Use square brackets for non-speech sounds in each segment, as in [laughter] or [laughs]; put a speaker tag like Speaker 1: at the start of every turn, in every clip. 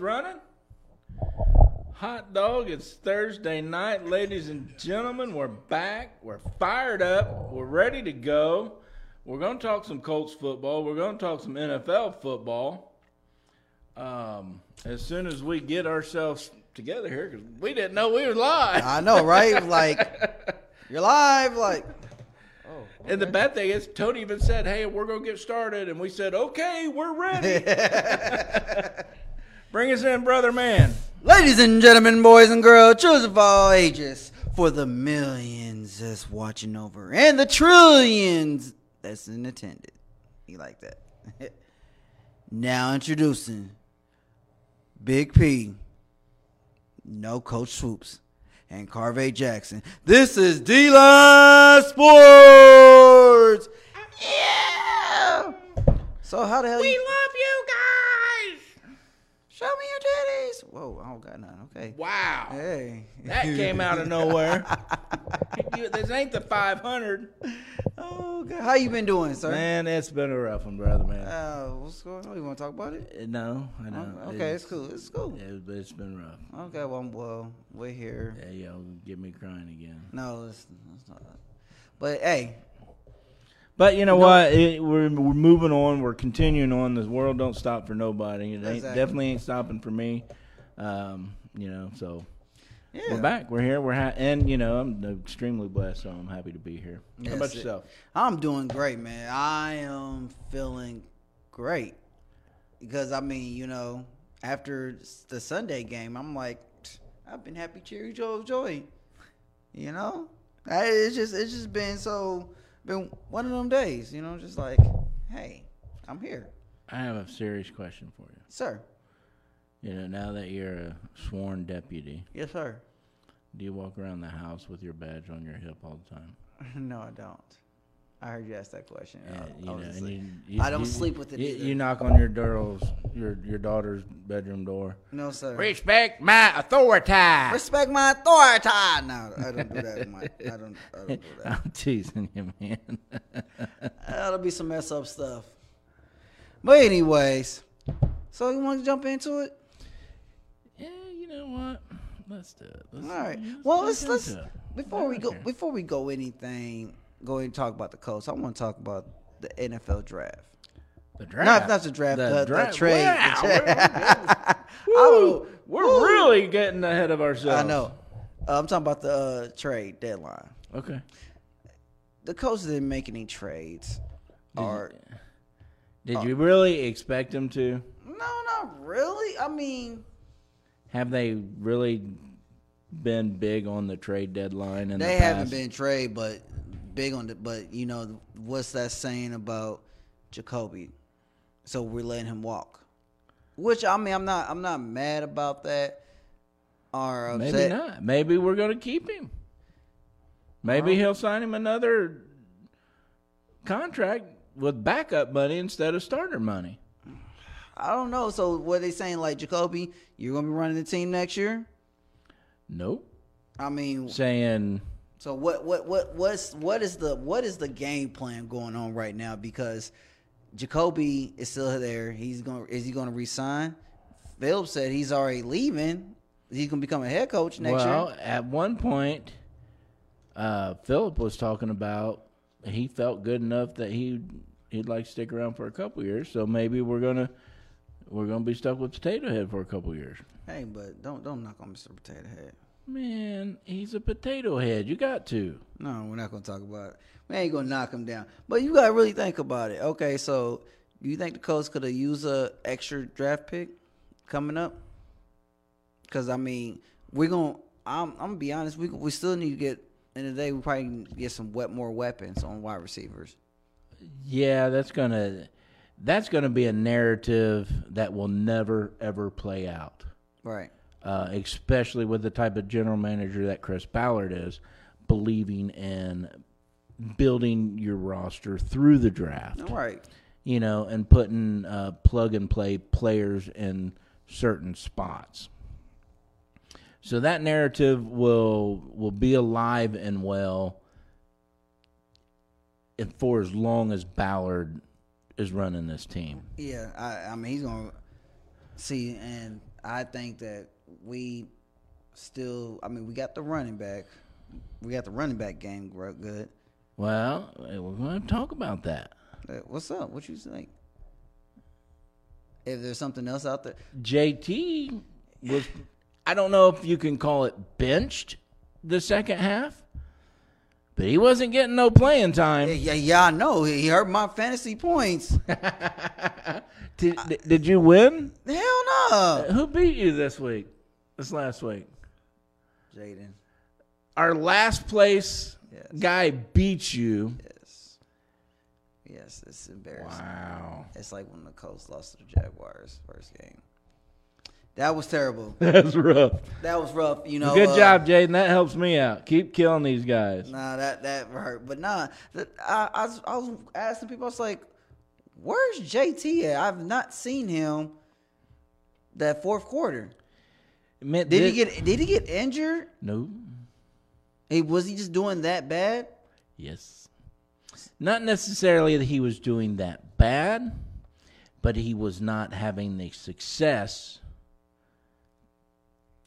Speaker 1: running. Hot dog, it's Thursday night. Ladies and gentlemen, we're back. We're fired up. We're ready to go. We're going to talk some Colts football. We're going to talk some NFL football. Um, as soon as we get ourselves together here, because we didn't know we were
Speaker 2: [laughs]
Speaker 1: live.
Speaker 2: I know, right? Like you're live. Like
Speaker 1: And the bad thing is, Tony even said, "Hey, we're gonna get started," and we said, "Okay, we're ready." Bring us in, brother man.
Speaker 2: Ladies and gentlemen, boys and girls, children of all ages, for the millions that's watching over and the trillions that's in attendance. You like that? [laughs] now introducing Big P, no Coach Swoops, and Carvey Jackson. This is D Line Sports! Yeah! So, how the hell you.
Speaker 1: you guys.
Speaker 2: Show me your titties! Whoa, I don't got none. Okay.
Speaker 1: Wow,
Speaker 2: Hey.
Speaker 1: that came out of [laughs] nowhere. You- this ain't the 500.
Speaker 2: [laughs] Oh, God. How you been doing, sir?
Speaker 1: Man, it's been a rough one, brother man. Um,
Speaker 2: Uh, what's going on? You want to talk about it?
Speaker 1: No, I know.
Speaker 2: okay, it's cool. It's cool.
Speaker 1: It, it's been rough.
Speaker 2: Okay, well, well, we're here.
Speaker 1: Hey, y'all, get me crying again.
Speaker 2: No, it's, it's not. But hey,
Speaker 1: But you know what? It, we're, we're moving on. We're continuing on. This world don't stop for nobody. It ain't,
Speaker 2: Exactly.
Speaker 1: definitely ain't stopping for me. Um, you know, so
Speaker 2: yeah,
Speaker 1: we're back. We're here. We're ha- and you know I'm extremely blessed, so I'm happy to be here. How about
Speaker 2: That's it.
Speaker 1: yourself?
Speaker 2: I'm doing great, man. I am feeling great because I mean, you know, after s- the Sunday game, I'm like, I've been happy, cheery, joy, joy. You know, I, it's just it's just been so been one of them days. You know, just like, hey, I'm here,
Speaker 1: I have a serious question for you.
Speaker 2: sir.
Speaker 1: You know, now that you're a sworn deputy,
Speaker 2: Yes, sir.
Speaker 1: do you walk around the house with your badge on your hip all the time?
Speaker 2: [laughs] no, I don't. I heard you ask that question. Oh, I-
Speaker 1: Yeah,
Speaker 2: Uh, I
Speaker 1: you know,
Speaker 2: was
Speaker 1: and
Speaker 2: asleep.
Speaker 1: you- you-
Speaker 2: I don't
Speaker 1: you-
Speaker 2: sleep with it
Speaker 1: You,
Speaker 2: either.
Speaker 1: you knock on your girl's, your your daughter's bedroom door.
Speaker 2: no, sir.
Speaker 1: Respect my authority.
Speaker 2: Respect my authority. No, I don't do that. My, I don't. I don't do that.
Speaker 1: [laughs] I'm teasing you, man. [laughs]
Speaker 2: That'll be some mess up stuff. But anyways, so you want to jump into it?
Speaker 1: yeah, you know what? Let's do it. Let's,
Speaker 2: All right.
Speaker 1: yeah,
Speaker 2: Well,
Speaker 1: Mm-hmm. let's
Speaker 2: let's
Speaker 1: get
Speaker 2: let's
Speaker 1: into it.
Speaker 2: before we
Speaker 1: I
Speaker 2: go
Speaker 1: don't care.
Speaker 2: before we go anything, go ahead and talk about the Colts. I want to talk about the NFL draft.
Speaker 1: the
Speaker 2: No,
Speaker 1: draft.
Speaker 2: it's not the draft. uh, The, the
Speaker 1: draft.
Speaker 2: trade.
Speaker 1: Wow,
Speaker 2: The
Speaker 1: we're-
Speaker 2: [laughs] tra-
Speaker 1: Woo, we're
Speaker 2: Woo.
Speaker 1: really getting ahead of ourselves.
Speaker 2: I know. Uh, I'm talking about the uh, trade deadline.
Speaker 1: Okay.
Speaker 2: The Colts didn't make any trades. Or
Speaker 1: Did you really expect them to?
Speaker 2: no, not really. I mean.
Speaker 1: Have they really been big on the trade deadline? In
Speaker 2: They
Speaker 1: the
Speaker 2: haven't
Speaker 1: past?
Speaker 2: been trade, but big on the. But you know what's that saying about Jacoby? So we're letting him walk, which I mean I'm not I'm not mad about that or upset.
Speaker 1: Maybe not. Maybe we're going to keep him. Maybe he'll sign him another contract with backup money instead of starter money.
Speaker 2: I don't know. So what they saying like Jacoby, you're gonna be running the team next year?
Speaker 1: Nope.
Speaker 2: I mean,
Speaker 1: Saying
Speaker 2: So what what what what's what is the what is the game plan going on right now? Because Jacoby is still there. He's going to is he going to resign? Phillips said he's already leaving. He's going to become a head coach next
Speaker 1: well,
Speaker 2: year.
Speaker 1: at one point, uh, Philip was talking about he felt good enough that he he'd like to stick around for a couple years. So maybe we're gonna we're gonna be stuck with Potato Head for a couple years.
Speaker 2: Hey, but don't don't knock on Mr. Potato Head.
Speaker 1: Man, he's a potato head. You got to.
Speaker 2: No, we're not going to talk about it. We ain't going to knock him down. But you got to really think about it. Okay, so you think the Colts could have used a extra draft pick coming up? Because I mean, we're going. I'm I'm gonna be honest. We we still need to get in the day. We probably can get some wet more weapons on wide receivers.
Speaker 1: Yeah, that's gonna that's gonna be a narrative that will never ever play out.
Speaker 2: Right.
Speaker 1: uh, especially with the type of general manager that Chris Ballard is, believing in building your roster through the draft,
Speaker 2: All right.
Speaker 1: you know, and putting uh, plug and play players in certain spots. So that narrative will will be alive and well, and for as long as Ballard is running this team.
Speaker 2: Yeah. I I mean he's gonna see, and I think that we still. I mean, we got the running back. We got the running back game gro- good.
Speaker 1: Well, we're going to talk about that.
Speaker 2: Uh, What's up? What you think? If there's something else out there,
Speaker 1: JT was, I don't know if you can call it benched the second half, but he wasn't getting no playing time.
Speaker 2: yeah, yeah, I know he hurt my
Speaker 1: [laughs]
Speaker 2: fantasy points.
Speaker 1: Did, did you win?
Speaker 2: Hell no,
Speaker 1: Who beat you this week? This last week?
Speaker 2: Jaden.
Speaker 1: Our last place
Speaker 2: Yes.
Speaker 1: guy beat you.
Speaker 2: Yes, yes, it's embarrassing.
Speaker 1: Wow.
Speaker 2: It's like when the Colts lost to the Jaguars first game. That was terrible.
Speaker 1: [laughs] That's rough.
Speaker 2: That was rough. You know.
Speaker 1: Good
Speaker 2: uh,
Speaker 1: job, Jaden. That helps me out. Keep killing these guys.
Speaker 2: Nah, that that hurt. But nah, th- I, I was, I was asking people. I was like, "Where's JT at? I've not seen him that fourth quarter.
Speaker 1: Man,
Speaker 2: Did
Speaker 1: thi-
Speaker 2: he get Did he get injured?
Speaker 1: No.
Speaker 2: Hey, was he just doing that bad?
Speaker 1: Yes. Not necessarily that he was doing that bad, but he was not having the success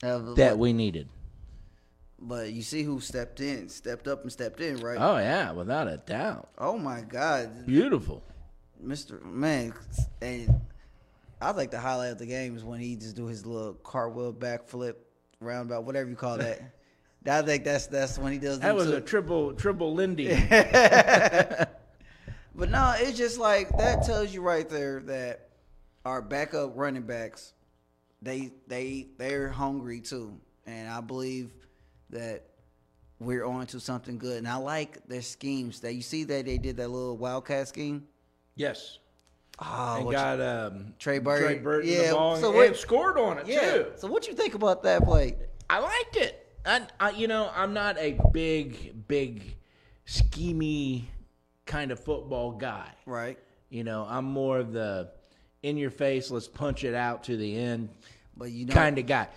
Speaker 2: Uh,
Speaker 1: that
Speaker 2: but,
Speaker 1: we needed.
Speaker 2: but you see who stepped in, stepped up, and stepped in, right?
Speaker 1: Oh yeah, without a doubt.
Speaker 2: oh my God,
Speaker 1: Beautiful.
Speaker 2: Mr. Man, and I like the highlight of the game is when he just do his little cartwheel backflip, roundabout, whatever you
Speaker 1: [laughs]
Speaker 2: call that. I think that's that's when he does.
Speaker 1: That
Speaker 2: them
Speaker 1: was
Speaker 2: two.
Speaker 1: a triple triple
Speaker 2: [laughs]
Speaker 1: Lindy.
Speaker 2: but no, it's just like that tells you right there that our backup running backs, they they they're hungry too, and I believe that we're on to something good. And I like their schemes that you see that they did that little wildcat scheme.
Speaker 1: yes.
Speaker 2: Oh,
Speaker 1: And
Speaker 2: what you-
Speaker 1: got um,
Speaker 2: Trey Burton.
Speaker 1: Trey Burton
Speaker 2: Yeah,
Speaker 1: the ball
Speaker 2: so
Speaker 1: and
Speaker 2: what-
Speaker 1: scored on it
Speaker 2: yeah.
Speaker 1: too.
Speaker 2: So what you think about that play?
Speaker 1: I liked it. I, I, you know, I'm not a big, big, schemy kind of football guy.
Speaker 2: Right.
Speaker 1: You know, I'm more of the in your face, let's punch it out to the end
Speaker 2: But you know,
Speaker 1: kind of guy.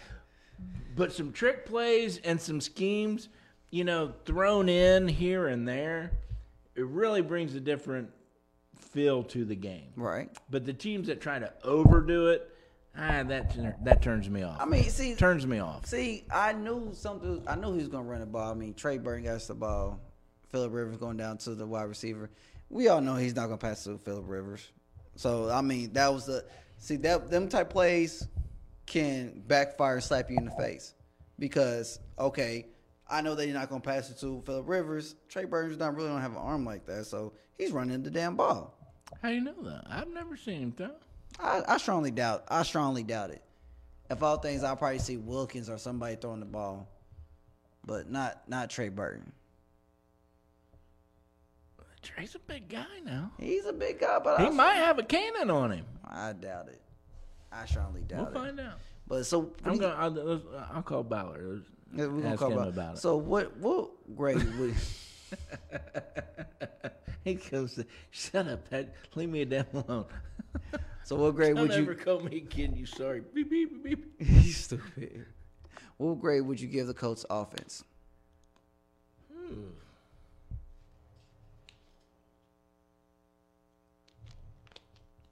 Speaker 1: But some trick plays and some schemes, you know, thrown in here and there, it really brings a different feel to the game.
Speaker 2: right.
Speaker 1: But the teams that try to overdo it, ah, that tur- that turns me off.
Speaker 2: I mean, see,
Speaker 1: turns me off.
Speaker 2: see, I knew something. I knew he was gonna run the ball. I mean, Trey Burton got us the ball. Phillip Rivers going down to the wide receiver. We all know he's not gonna pass to Phillip Rivers. So I mean, that was the see that them type plays can backfire and slap you in the face because okay. I know they're not gonna pass it to Phillip Rivers. Trey Burton's not really don't have an arm like that, so he's running the damn ball.
Speaker 1: How do you know that? I've never seen him throw.
Speaker 2: I, I strongly doubt. I strongly doubt it. If all things, I'll probably see Wilkins or somebody throwing the ball, but not not Trey Burton.
Speaker 1: Trey's a big guy now.
Speaker 2: He's a big guy, but
Speaker 1: He
Speaker 2: I,
Speaker 1: might have a cannon on him.
Speaker 2: I doubt it. I strongly doubt
Speaker 1: We'll
Speaker 2: it.
Speaker 1: find out.
Speaker 2: But so what
Speaker 1: I'm
Speaker 2: do you-
Speaker 1: gonna. I'll, I'll call Ballard.
Speaker 2: yeah, we're gonna
Speaker 1: ask
Speaker 2: call
Speaker 1: him
Speaker 2: about,
Speaker 1: about it.
Speaker 2: So what what grade
Speaker 1: [laughs]
Speaker 2: would [laughs]
Speaker 1: He comes. To, Shut up, Pat. Leave me damn alone. [laughs]
Speaker 2: so what grade
Speaker 1: Don't
Speaker 2: would
Speaker 1: ever
Speaker 2: [laughs] you
Speaker 1: call me again. You sorry. Beep beep beep. beep.
Speaker 2: you stupid? What grade would you give the Colts offense?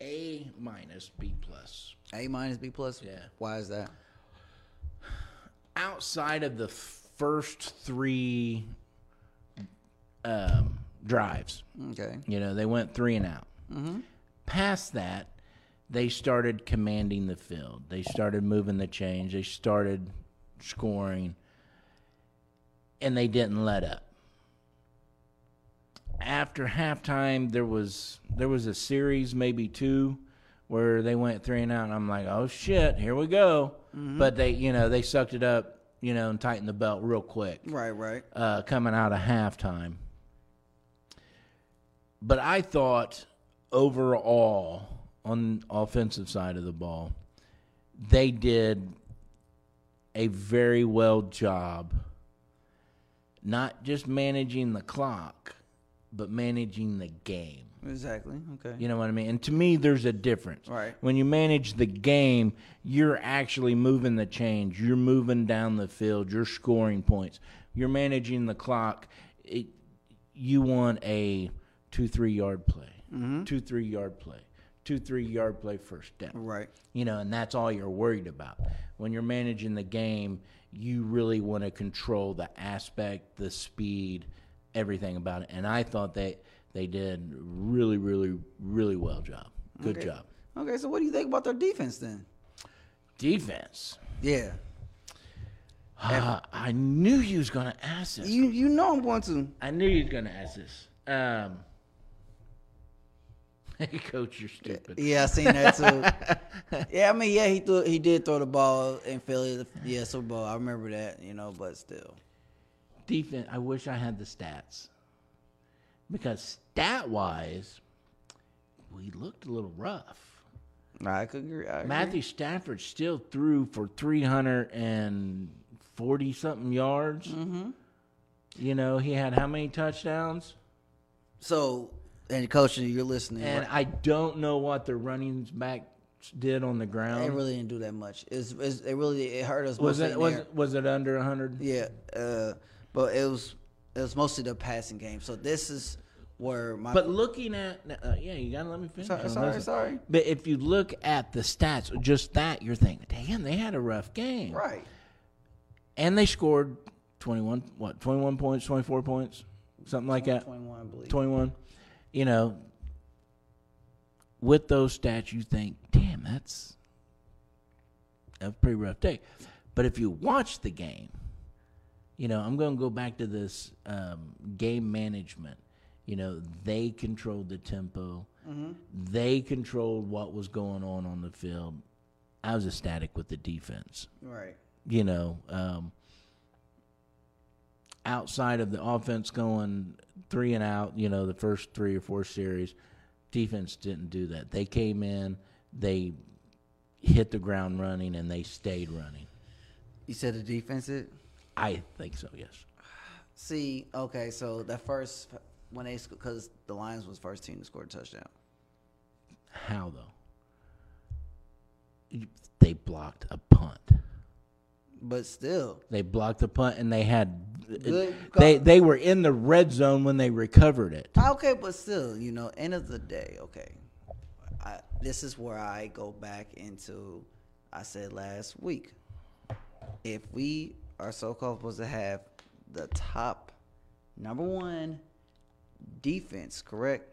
Speaker 1: A minus B plus.
Speaker 2: A minus B plus.
Speaker 1: Yeah.
Speaker 2: Why is that?
Speaker 1: Outside of the first three um, drives,
Speaker 2: Okay.
Speaker 1: You know, they went three and out. Past that, they started commanding the field. They started moving the change. They started scoring, and they didn't let up. After halftime, there was there was a series, maybe two, where they went three and out, and I'm like, oh shit, here we go. But they, you know, they sucked it up, you know, and tightened the belt real quick
Speaker 2: Right. Right.
Speaker 1: uh, coming out of halftime. But I thought overall on offensive side of the ball, they did a very well job not just managing the clock, but managing the game.
Speaker 2: Exactly. Okay.
Speaker 1: You know what I mean? And to me, there's a difference.
Speaker 2: Right.
Speaker 1: When you manage the game, you're actually moving the change. You're moving down the field. You're scoring points. You're managing the clock. It,
Speaker 2: Mm-hmm.
Speaker 1: you want a two, three yard play, two, three yard play, two, three yard play first down.
Speaker 2: Right.
Speaker 1: You know, and that's all you're worried about. When you're managing the game, you really want to control the aspect, the speed, everything about it. And I thought they they did really, really, really well job. Good
Speaker 2: Okay.
Speaker 1: job.
Speaker 2: Okay, so what do you think about their defense then?
Speaker 1: Defense. [sighs]
Speaker 2: Yeah.
Speaker 1: Ah, I knew you was gonna ask this.
Speaker 2: You you know I'm going to.
Speaker 1: I knew you was gonna ask this. Um, [laughs] hey, coach, you're stupid.
Speaker 2: Yeah, I seen that too. [laughs] yeah, I mean, yeah, he threw, he did throw the ball in Philly. the- Yeah, Super Bowl. I remember that, you know, but still.
Speaker 1: Defense. I wish I had the stats because stat wise, we looked a little rough.
Speaker 2: Mm-hmm. I could agree. I agree.
Speaker 1: Matthew Stafford still threw for 340 something yards. Mm-hmm. You know, he had how many touchdowns?
Speaker 2: So, and coach, you're listening.
Speaker 1: And
Speaker 2: right?
Speaker 1: I don't know what the running back did on the
Speaker 2: It
Speaker 1: ground.
Speaker 2: really didn't do that much. It's, it's, it really it hurt us.
Speaker 1: um, was
Speaker 2: mostly
Speaker 1: it
Speaker 2: in
Speaker 1: was
Speaker 2: there.
Speaker 1: was it under 100?
Speaker 2: Yeah, uh, but it was it was mostly the passing game. So this is where my
Speaker 1: But looking at uh, yeah, you gotta let me finish.
Speaker 2: Sorry,
Speaker 1: I'm
Speaker 2: sorry,
Speaker 1: listening.
Speaker 2: sorry.
Speaker 1: But if you look at the stats, just that you're thinking, damn, they had a rough game,
Speaker 2: right.
Speaker 1: And they scored 21, what, 21 points, 24 points, something like that.
Speaker 2: Twenty one, I believe.
Speaker 1: 21. You know, with those stats, you think, damn, that's a pretty rough day. But if you watch the game, you know, I'm going to go back to this um, game management. You know, they controlled the tempo. They controlled what was going on on the field. I was ecstatic with the defense
Speaker 2: Right.
Speaker 1: you know, um, outside of the offense going three and out, you know, the first three or four series, defense didn't do that. They came in, they hit the ground running, and they stayed running.
Speaker 2: You said the defense. It.
Speaker 1: I think so, yes.
Speaker 2: See, okay, so that first when they because the Lions was first team to score a touchdown.
Speaker 1: How, though? You- They blocked a punt.
Speaker 2: But still,
Speaker 1: They blocked the punt, and they had.
Speaker 2: Good
Speaker 1: They
Speaker 2: God.
Speaker 1: they were in the red zone when they recovered it.
Speaker 2: Ah, okay, but still, you know, end of the day, okay. I, this is where I go back into I said last week. If we are so called supposed to have the top number one defense, correct?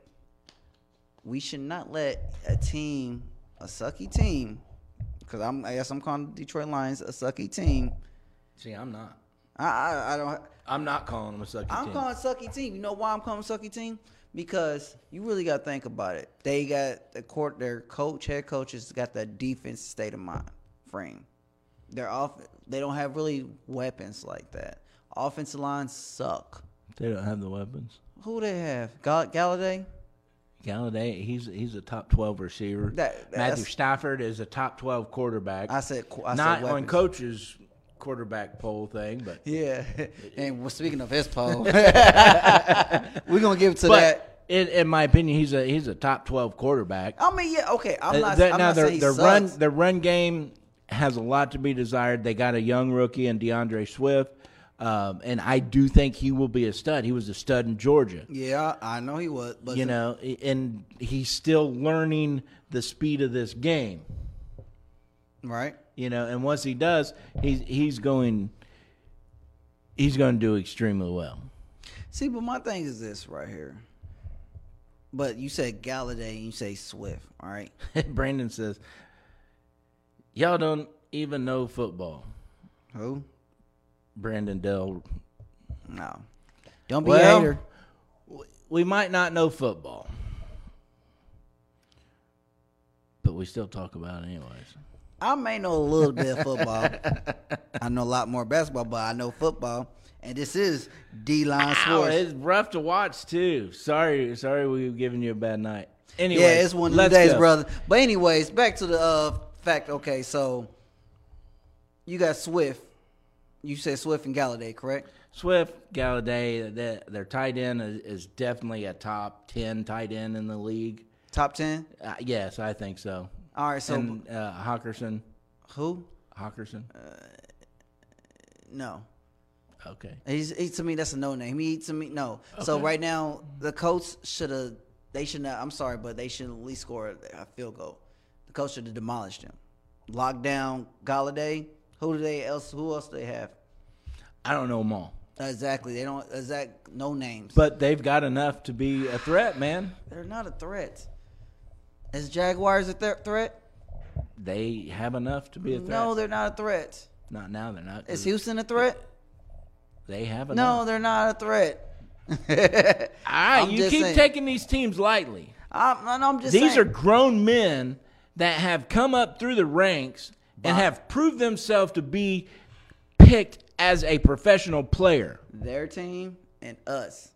Speaker 2: We should not let a team, a sucky team, because I'm I guess I'm calling the Detroit Lions a sucky team.
Speaker 1: See, I'm not.
Speaker 2: I, I, I don't.
Speaker 1: I'm not calling them a sucky
Speaker 2: I'm
Speaker 1: team.
Speaker 2: calling sucky team. You know why I'm calling sucky team? Because you really got to think about it. They got the court. Their coach, head coaches, got that defense state of mind frame. They're off. They don't have really weapons like that. Offensive lines suck.
Speaker 1: They don't have the weapons.
Speaker 2: Who they have? Gall- Galladay.
Speaker 1: Galladay, he's he's a top twelve receiver.
Speaker 2: That-
Speaker 1: Matthew
Speaker 2: that's-
Speaker 1: Stafford is a top twelve quarterback.
Speaker 2: I said. qu- I
Speaker 1: Not
Speaker 2: said
Speaker 1: on
Speaker 2: weapons.
Speaker 1: coaches quarterback poll thing, but
Speaker 2: Yeah. [laughs] and well, speaking of his poll, we're gonna give it to that.
Speaker 1: but in, in my opinion, he's a he's a top twelve quarterback.
Speaker 2: I mean, yeah. Okay. I'm
Speaker 1: Uh,
Speaker 2: not.
Speaker 1: that-
Speaker 2: I'm
Speaker 1: now
Speaker 2: not
Speaker 1: their
Speaker 2: saying he
Speaker 1: their
Speaker 2: sucks.
Speaker 1: run their run game has a lot to be desired. They got a young rookie and DeAndre Swift, um, and I do think he will be a stud. He was a stud in Georgia.
Speaker 2: Yeah, I know he was. But
Speaker 1: you know, i- and he's still learning the speed of this game.
Speaker 2: right?
Speaker 1: you know. And once he does, he's he's going he's going to do extremely well. [laughs]
Speaker 2: See, but my thing is this right here. But you said Galladay and you say Swift, all right?
Speaker 1: Brandon says, "Y'all don't even know football."
Speaker 2: Who?
Speaker 1: Brandon Dell.
Speaker 2: No. Don't be
Speaker 1: Well,
Speaker 2: a hater.
Speaker 1: w- we might not know football, but we still talk about it anyways.
Speaker 2: I may know a little bit of football. I know a lot more basketball, but I know football. And this is D line
Speaker 1: Ow,
Speaker 2: sports.
Speaker 1: it's rough to watch too. Sorry, sorry, we've given you a bad night. Anyway,
Speaker 2: yeah, it's one of the
Speaker 1: let's
Speaker 2: days,
Speaker 1: go.
Speaker 2: brother. But anyways, back to the uh, fact. Okay, so you got Swift. You said Swift and Galladay, correct?
Speaker 1: Swift, Galladay, their, their tight end is, is definitely a top 10 tight end in the league.
Speaker 2: Top ten.
Speaker 1: Uh, yes, I think so.
Speaker 2: All right, so
Speaker 1: and uh, Hawkerson.
Speaker 2: who?
Speaker 1: Hawkerson?
Speaker 2: Uh, No.
Speaker 1: Okay.
Speaker 2: He's he, to me that's a no name. He to me no. So right now the Colts should have They should not. I'm sorry, but they should at least score a field goal. The coach should have demolished them. Lockdown down Galladay. Who do they else? Who else do they have?
Speaker 1: I don't know them all,
Speaker 2: Exactly. They don't. Exact. No names.
Speaker 1: but they've got enough to be a threat, man.
Speaker 2: They're not a threat. Is Jaguars a th- threat?
Speaker 1: They have enough to be a threat. Mm-hmm.
Speaker 2: No, they're not a threat.
Speaker 1: not now. They're not. 'cause
Speaker 2: Is Houston a threat?
Speaker 1: They have enough.
Speaker 2: No, they're not a threat.
Speaker 1: I,
Speaker 2: I'm
Speaker 1: you
Speaker 2: just
Speaker 1: keep
Speaker 2: saying.
Speaker 1: taking these teams lightly.
Speaker 2: I'm, and I'm just
Speaker 1: These
Speaker 2: saying.
Speaker 1: are grown men that have come up through the ranks and have proved themselves to be picked as a professional player.
Speaker 2: their team and us.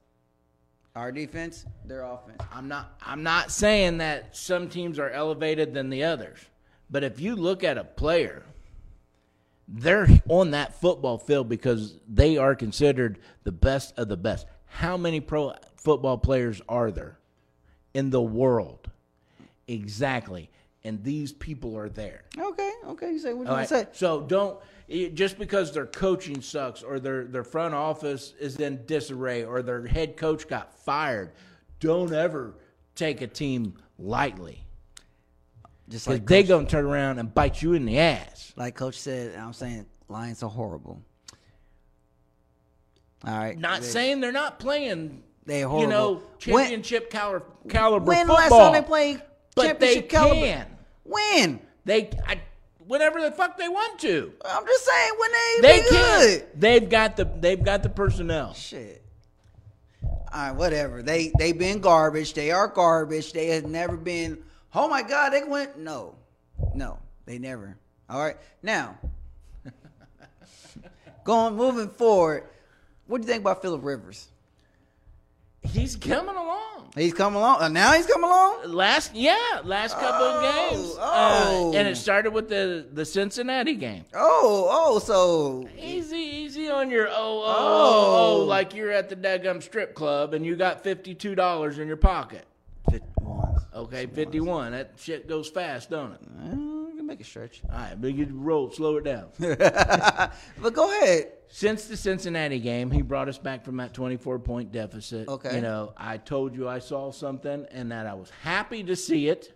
Speaker 2: Our defense, their offense.
Speaker 1: I'm not I'm not saying that some teams are elevated than the others. But if you look at a player, they're on that football field because they are considered the best of the best. How many pro football players are there in the world? Exactly. And these people are there.
Speaker 2: Okay, okay. You say what you
Speaker 1: All
Speaker 2: want
Speaker 1: right.
Speaker 2: to say.
Speaker 1: So don't it- just because their coaching sucks or their their front office is in disarray or their head coach got fired, don't ever take a team lightly.
Speaker 2: Just
Speaker 1: 'Cause
Speaker 2: like
Speaker 1: they
Speaker 2: coach,
Speaker 1: gonna turn around and bite you in the ass.
Speaker 2: like coach said, I'm saying Lions are horrible. All right.
Speaker 1: Not
Speaker 2: they,
Speaker 1: saying they're not playing,
Speaker 2: they're
Speaker 1: you
Speaker 2: horrible.
Speaker 1: know,
Speaker 2: when
Speaker 1: championship caliber, caliber
Speaker 2: when
Speaker 1: football.
Speaker 2: last time they played
Speaker 1: but they
Speaker 2: championship caliber?
Speaker 1: can.
Speaker 2: When?
Speaker 1: They I, whenever the fuck they want to.
Speaker 2: I'm just saying when they
Speaker 1: They
Speaker 2: be
Speaker 1: can.
Speaker 2: good.
Speaker 1: They've got the they've got the personnel.
Speaker 2: Shit. All right, whatever. They they been garbage. They are garbage. They have never been. Oh my God, they went. No, no, they never. All right, now [laughs] going moving forward. What do you think about Philip Rivers?
Speaker 1: He's coming along.
Speaker 2: He's come along. Uh, now he's come along.
Speaker 1: Last yeah, last couple
Speaker 2: Oh,
Speaker 1: of games,
Speaker 2: oh.
Speaker 1: uh, and it started with the the Cincinnati game.
Speaker 2: Oh, oh, so
Speaker 1: Easy, easy on your oh oh oh,
Speaker 2: Oh.
Speaker 1: oh like you're at the daggum strip club and you got fifty two dollars in your pocket.
Speaker 2: fifty ones.
Speaker 1: Okay, fifty one. That shit goes fast, don't it?
Speaker 2: Uh, we can make a stretch. [laughs]
Speaker 1: All right, but you roll, slow it down.
Speaker 2: but go ahead.
Speaker 1: Since the Cincinnati game, he brought us back from that twenty four point deficit.
Speaker 2: Okay.
Speaker 1: you know, I told you I saw something and that I was happy to see it.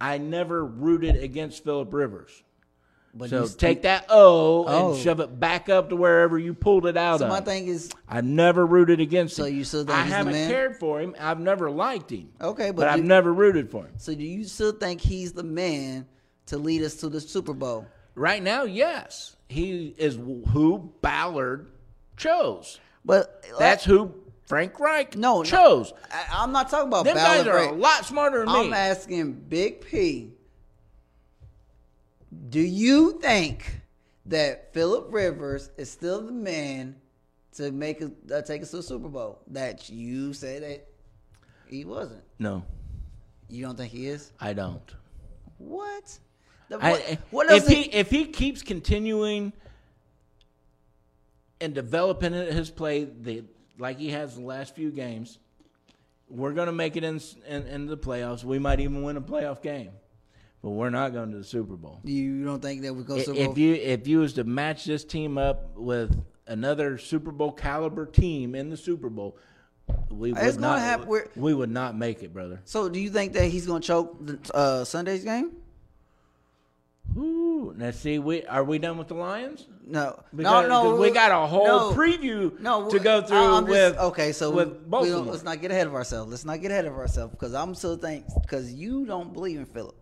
Speaker 1: I never rooted against Philip Rivers.
Speaker 2: But
Speaker 1: So
Speaker 2: you-
Speaker 1: take that O
Speaker 2: Oh.
Speaker 1: and shove it back up to wherever you pulled it out
Speaker 2: So
Speaker 1: of.
Speaker 2: my thing is
Speaker 1: I never rooted against
Speaker 2: So
Speaker 1: him.
Speaker 2: you still think
Speaker 1: I
Speaker 2: he's the
Speaker 1: haven't
Speaker 2: man?
Speaker 1: cared for him. I've never liked him.
Speaker 2: okay,
Speaker 1: but
Speaker 2: but,
Speaker 1: I've
Speaker 2: do-
Speaker 1: never rooted for him.
Speaker 2: So do you still think he's the man to lead us to the Super Bowl?
Speaker 1: Right now, yes, he is who Ballard chose.
Speaker 2: But
Speaker 1: That's who Frank Reich
Speaker 2: Uh, No, no.
Speaker 1: chose.
Speaker 2: I, I'm not talking about
Speaker 1: Them
Speaker 2: Ballard.
Speaker 1: guys are a
Speaker 2: Ray.
Speaker 1: lot smarter than
Speaker 2: I'm
Speaker 1: me.
Speaker 2: asking Big P. Do you think that Philip Rivers is still the man to make us uh, take us to the Super Bowl? That you say that he wasn't.
Speaker 1: no,
Speaker 2: You don't think he is?
Speaker 1: I don't.
Speaker 2: What? The,
Speaker 1: I-
Speaker 2: what,
Speaker 1: I-
Speaker 2: what
Speaker 1: if
Speaker 2: else?
Speaker 1: he if he keeps continuing and developing his play the like he has the last few games, we're gonna make it in, in in the playoffs. We might even win a playoff game, but we're not going to the Super Bowl.
Speaker 2: you don't think that we go
Speaker 1: I-
Speaker 2: Super Bowl?
Speaker 1: If you if you was to match this team up with another Super Bowl caliber team in the Super Bowl, we would
Speaker 2: It's gonna
Speaker 1: not
Speaker 2: hap- we're-
Speaker 1: we would not make it, brother.
Speaker 2: so do you think that he's gonna choke the, uh, Sunday's game?
Speaker 1: Ooh, now see, we are we done with the Lions?
Speaker 2: No,
Speaker 1: Because,
Speaker 2: no, no.
Speaker 1: because we got a whole
Speaker 2: no,
Speaker 1: preview
Speaker 2: no,
Speaker 1: to go
Speaker 2: I-
Speaker 1: through
Speaker 2: I'm just-
Speaker 1: with.
Speaker 2: okay, so
Speaker 1: with
Speaker 2: we- we
Speaker 1: Baltimore.
Speaker 2: don't, let's not get ahead of ourselves. Let's not get ahead of ourselves because I'm still think because you don't believe in Philip.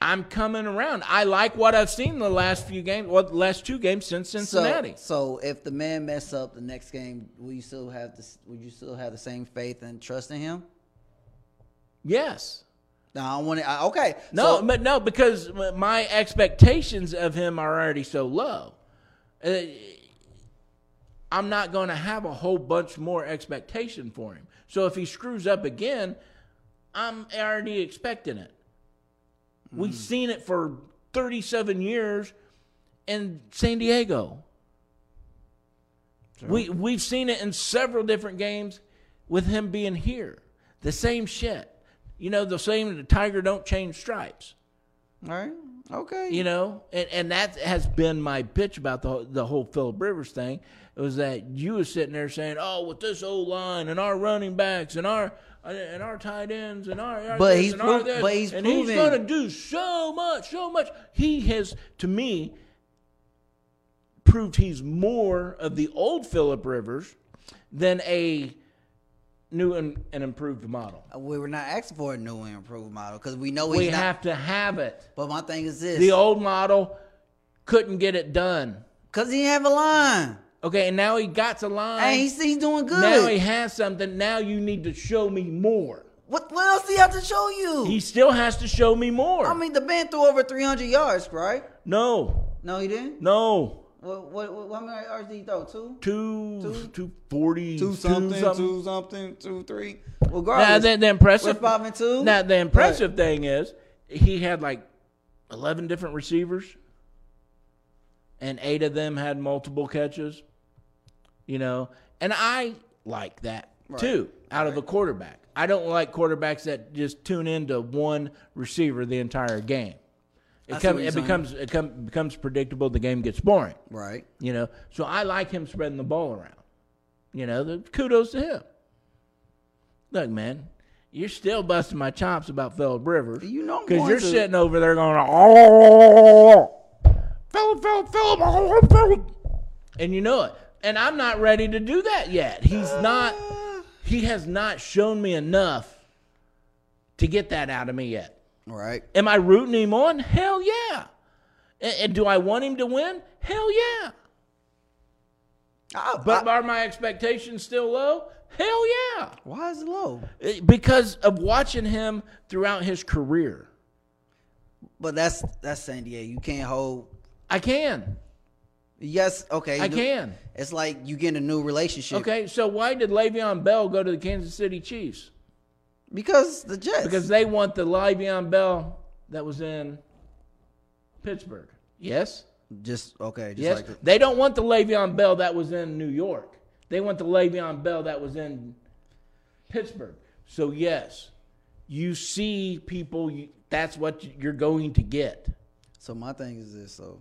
Speaker 1: I'm coming around. I like what I've seen the last few games, well, the last two games since Cincinnati.
Speaker 2: So, so if the man mess up the next game, will you still have this? Would you still have the same faith and trust in him?
Speaker 1: yes.
Speaker 2: No, I want to. Okay,
Speaker 1: No,
Speaker 2: so-
Speaker 1: but no, because my expectations of him are already so low. Uh, I'm not going to have a whole bunch more expectation for him. So if he screws up again, I'm already expecting it. We've seen it for 37 years in San Diego. We we've seen it in several different games with him being here. The same shit. You know, the same the tiger don't change stripes.
Speaker 2: all right, Okay.
Speaker 1: You know, and and that has been my pitch about the the whole Philip Rivers thing. It was that you were sitting there saying, "Oh, with this old line and our running backs and our and our tight ends and our, our
Speaker 2: But
Speaker 1: this
Speaker 2: he's
Speaker 1: and our
Speaker 2: prov-
Speaker 1: this,
Speaker 2: but he's
Speaker 1: and he's
Speaker 2: proven-
Speaker 1: going to do so much, so much." He has, to me, proved he's more of the old Philip Rivers than a new and, and improved model.
Speaker 2: Uh, we were not asking for a new and improved model because we know he's
Speaker 1: We
Speaker 2: not.
Speaker 1: have to have it.
Speaker 2: but my thing is this:
Speaker 1: The old model couldn't get it done.
Speaker 2: because he have a line,
Speaker 1: Okay, and now he got a line.
Speaker 2: and he's, he's doing good.
Speaker 1: now he has something. Now you need to show me more.
Speaker 2: what what else do you have to show you?
Speaker 1: He still has to show me more.
Speaker 2: I mean, the man threw over 300 yards, right?
Speaker 1: no,
Speaker 2: No, he didn't.
Speaker 1: no,
Speaker 2: What what, what, how many yards did he throw? Two.
Speaker 1: two, two forty,
Speaker 2: Two something, two something, two three. Regardless,
Speaker 1: Now the, the impressive.
Speaker 2: we're five and two.
Speaker 1: Now the impressive thing is he had like eleven different receivers, and eight of them had multiple catches. You know, and I like that too. Out of a quarterback, I don't like quarterbacks that just tune into one receiver the entire game. It,
Speaker 2: see
Speaker 1: come,
Speaker 2: what
Speaker 1: it
Speaker 2: you're saying.
Speaker 1: becomes it come, becomes predictable. The game gets boring.
Speaker 2: right?
Speaker 1: You know, so I like him spreading the ball around. You know, the, kudos to him. Look, man, you're still busting my chops about Philip Rivers
Speaker 2: You know, I'm
Speaker 1: because
Speaker 2: going
Speaker 1: you're
Speaker 2: to-
Speaker 1: sitting over there going, oh, Philip, Philip, Philip, oh, Philip, and you know it. And I'm not ready to do that yet. He's not. He has not shown me enough to get that out of me yet.
Speaker 2: Right.
Speaker 1: Am I rooting him on? Hell yeah. And, and do I want him to win? Hell yeah.
Speaker 2: I,
Speaker 1: But
Speaker 2: I-
Speaker 1: are my expectations still low? Hell yeah.
Speaker 2: why is it low?
Speaker 1: Eh, Because of watching him throughout his career.
Speaker 2: But that's that's San Diego. You can't hold.
Speaker 1: I can.
Speaker 2: Yes. Okay.
Speaker 1: I
Speaker 2: you-
Speaker 1: can.
Speaker 2: It's like you getting a new relationship.
Speaker 1: Okay, so why did Le'Veon Bell go to the Kansas City Chiefs?
Speaker 2: Because the Jets.
Speaker 1: Because they want the Le'Veon Bell that was in Pittsburgh. Yes?
Speaker 2: just okay. Just
Speaker 1: Yes.
Speaker 2: like the-
Speaker 1: they don't want the Le'Veon Bell that was in New York. They want the Le'Veon Bell that was in Pittsburgh. So yes, you see people. You, that's what you're going to get.
Speaker 2: so my thing is this. So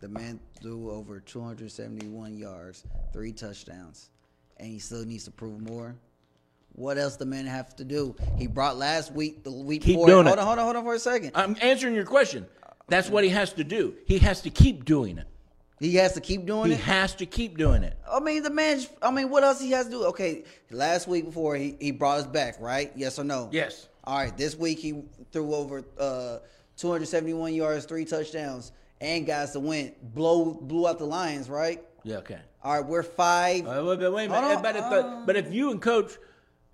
Speaker 2: the man threw over 271 yards, three touchdowns, and he still needs to prove more. What else the man have to do? He brought last week, the week
Speaker 1: Keep
Speaker 2: before.
Speaker 1: doing
Speaker 2: hold
Speaker 1: it.
Speaker 2: on, hold on, hold on for a second.
Speaker 1: I'm answering your question. That's what he has to do. He has to keep doing it.
Speaker 2: He has to keep doing
Speaker 1: He
Speaker 2: it.
Speaker 1: has to keep doing it.
Speaker 2: I mean, the man. I mean, what else he has to do? Okay, last week before he, he brought us back, right? Yes or no?
Speaker 1: Yes.
Speaker 2: All right. This week he threw over uh, 271 yards, three touchdowns, and guys the win. Blow blew out the Lions, right?
Speaker 1: Yeah. Okay.
Speaker 2: All right, we're five.
Speaker 1: Uh, wait, wait, wait a
Speaker 2: Hold
Speaker 1: minute.
Speaker 2: on,
Speaker 1: But if, the, but if you and Coach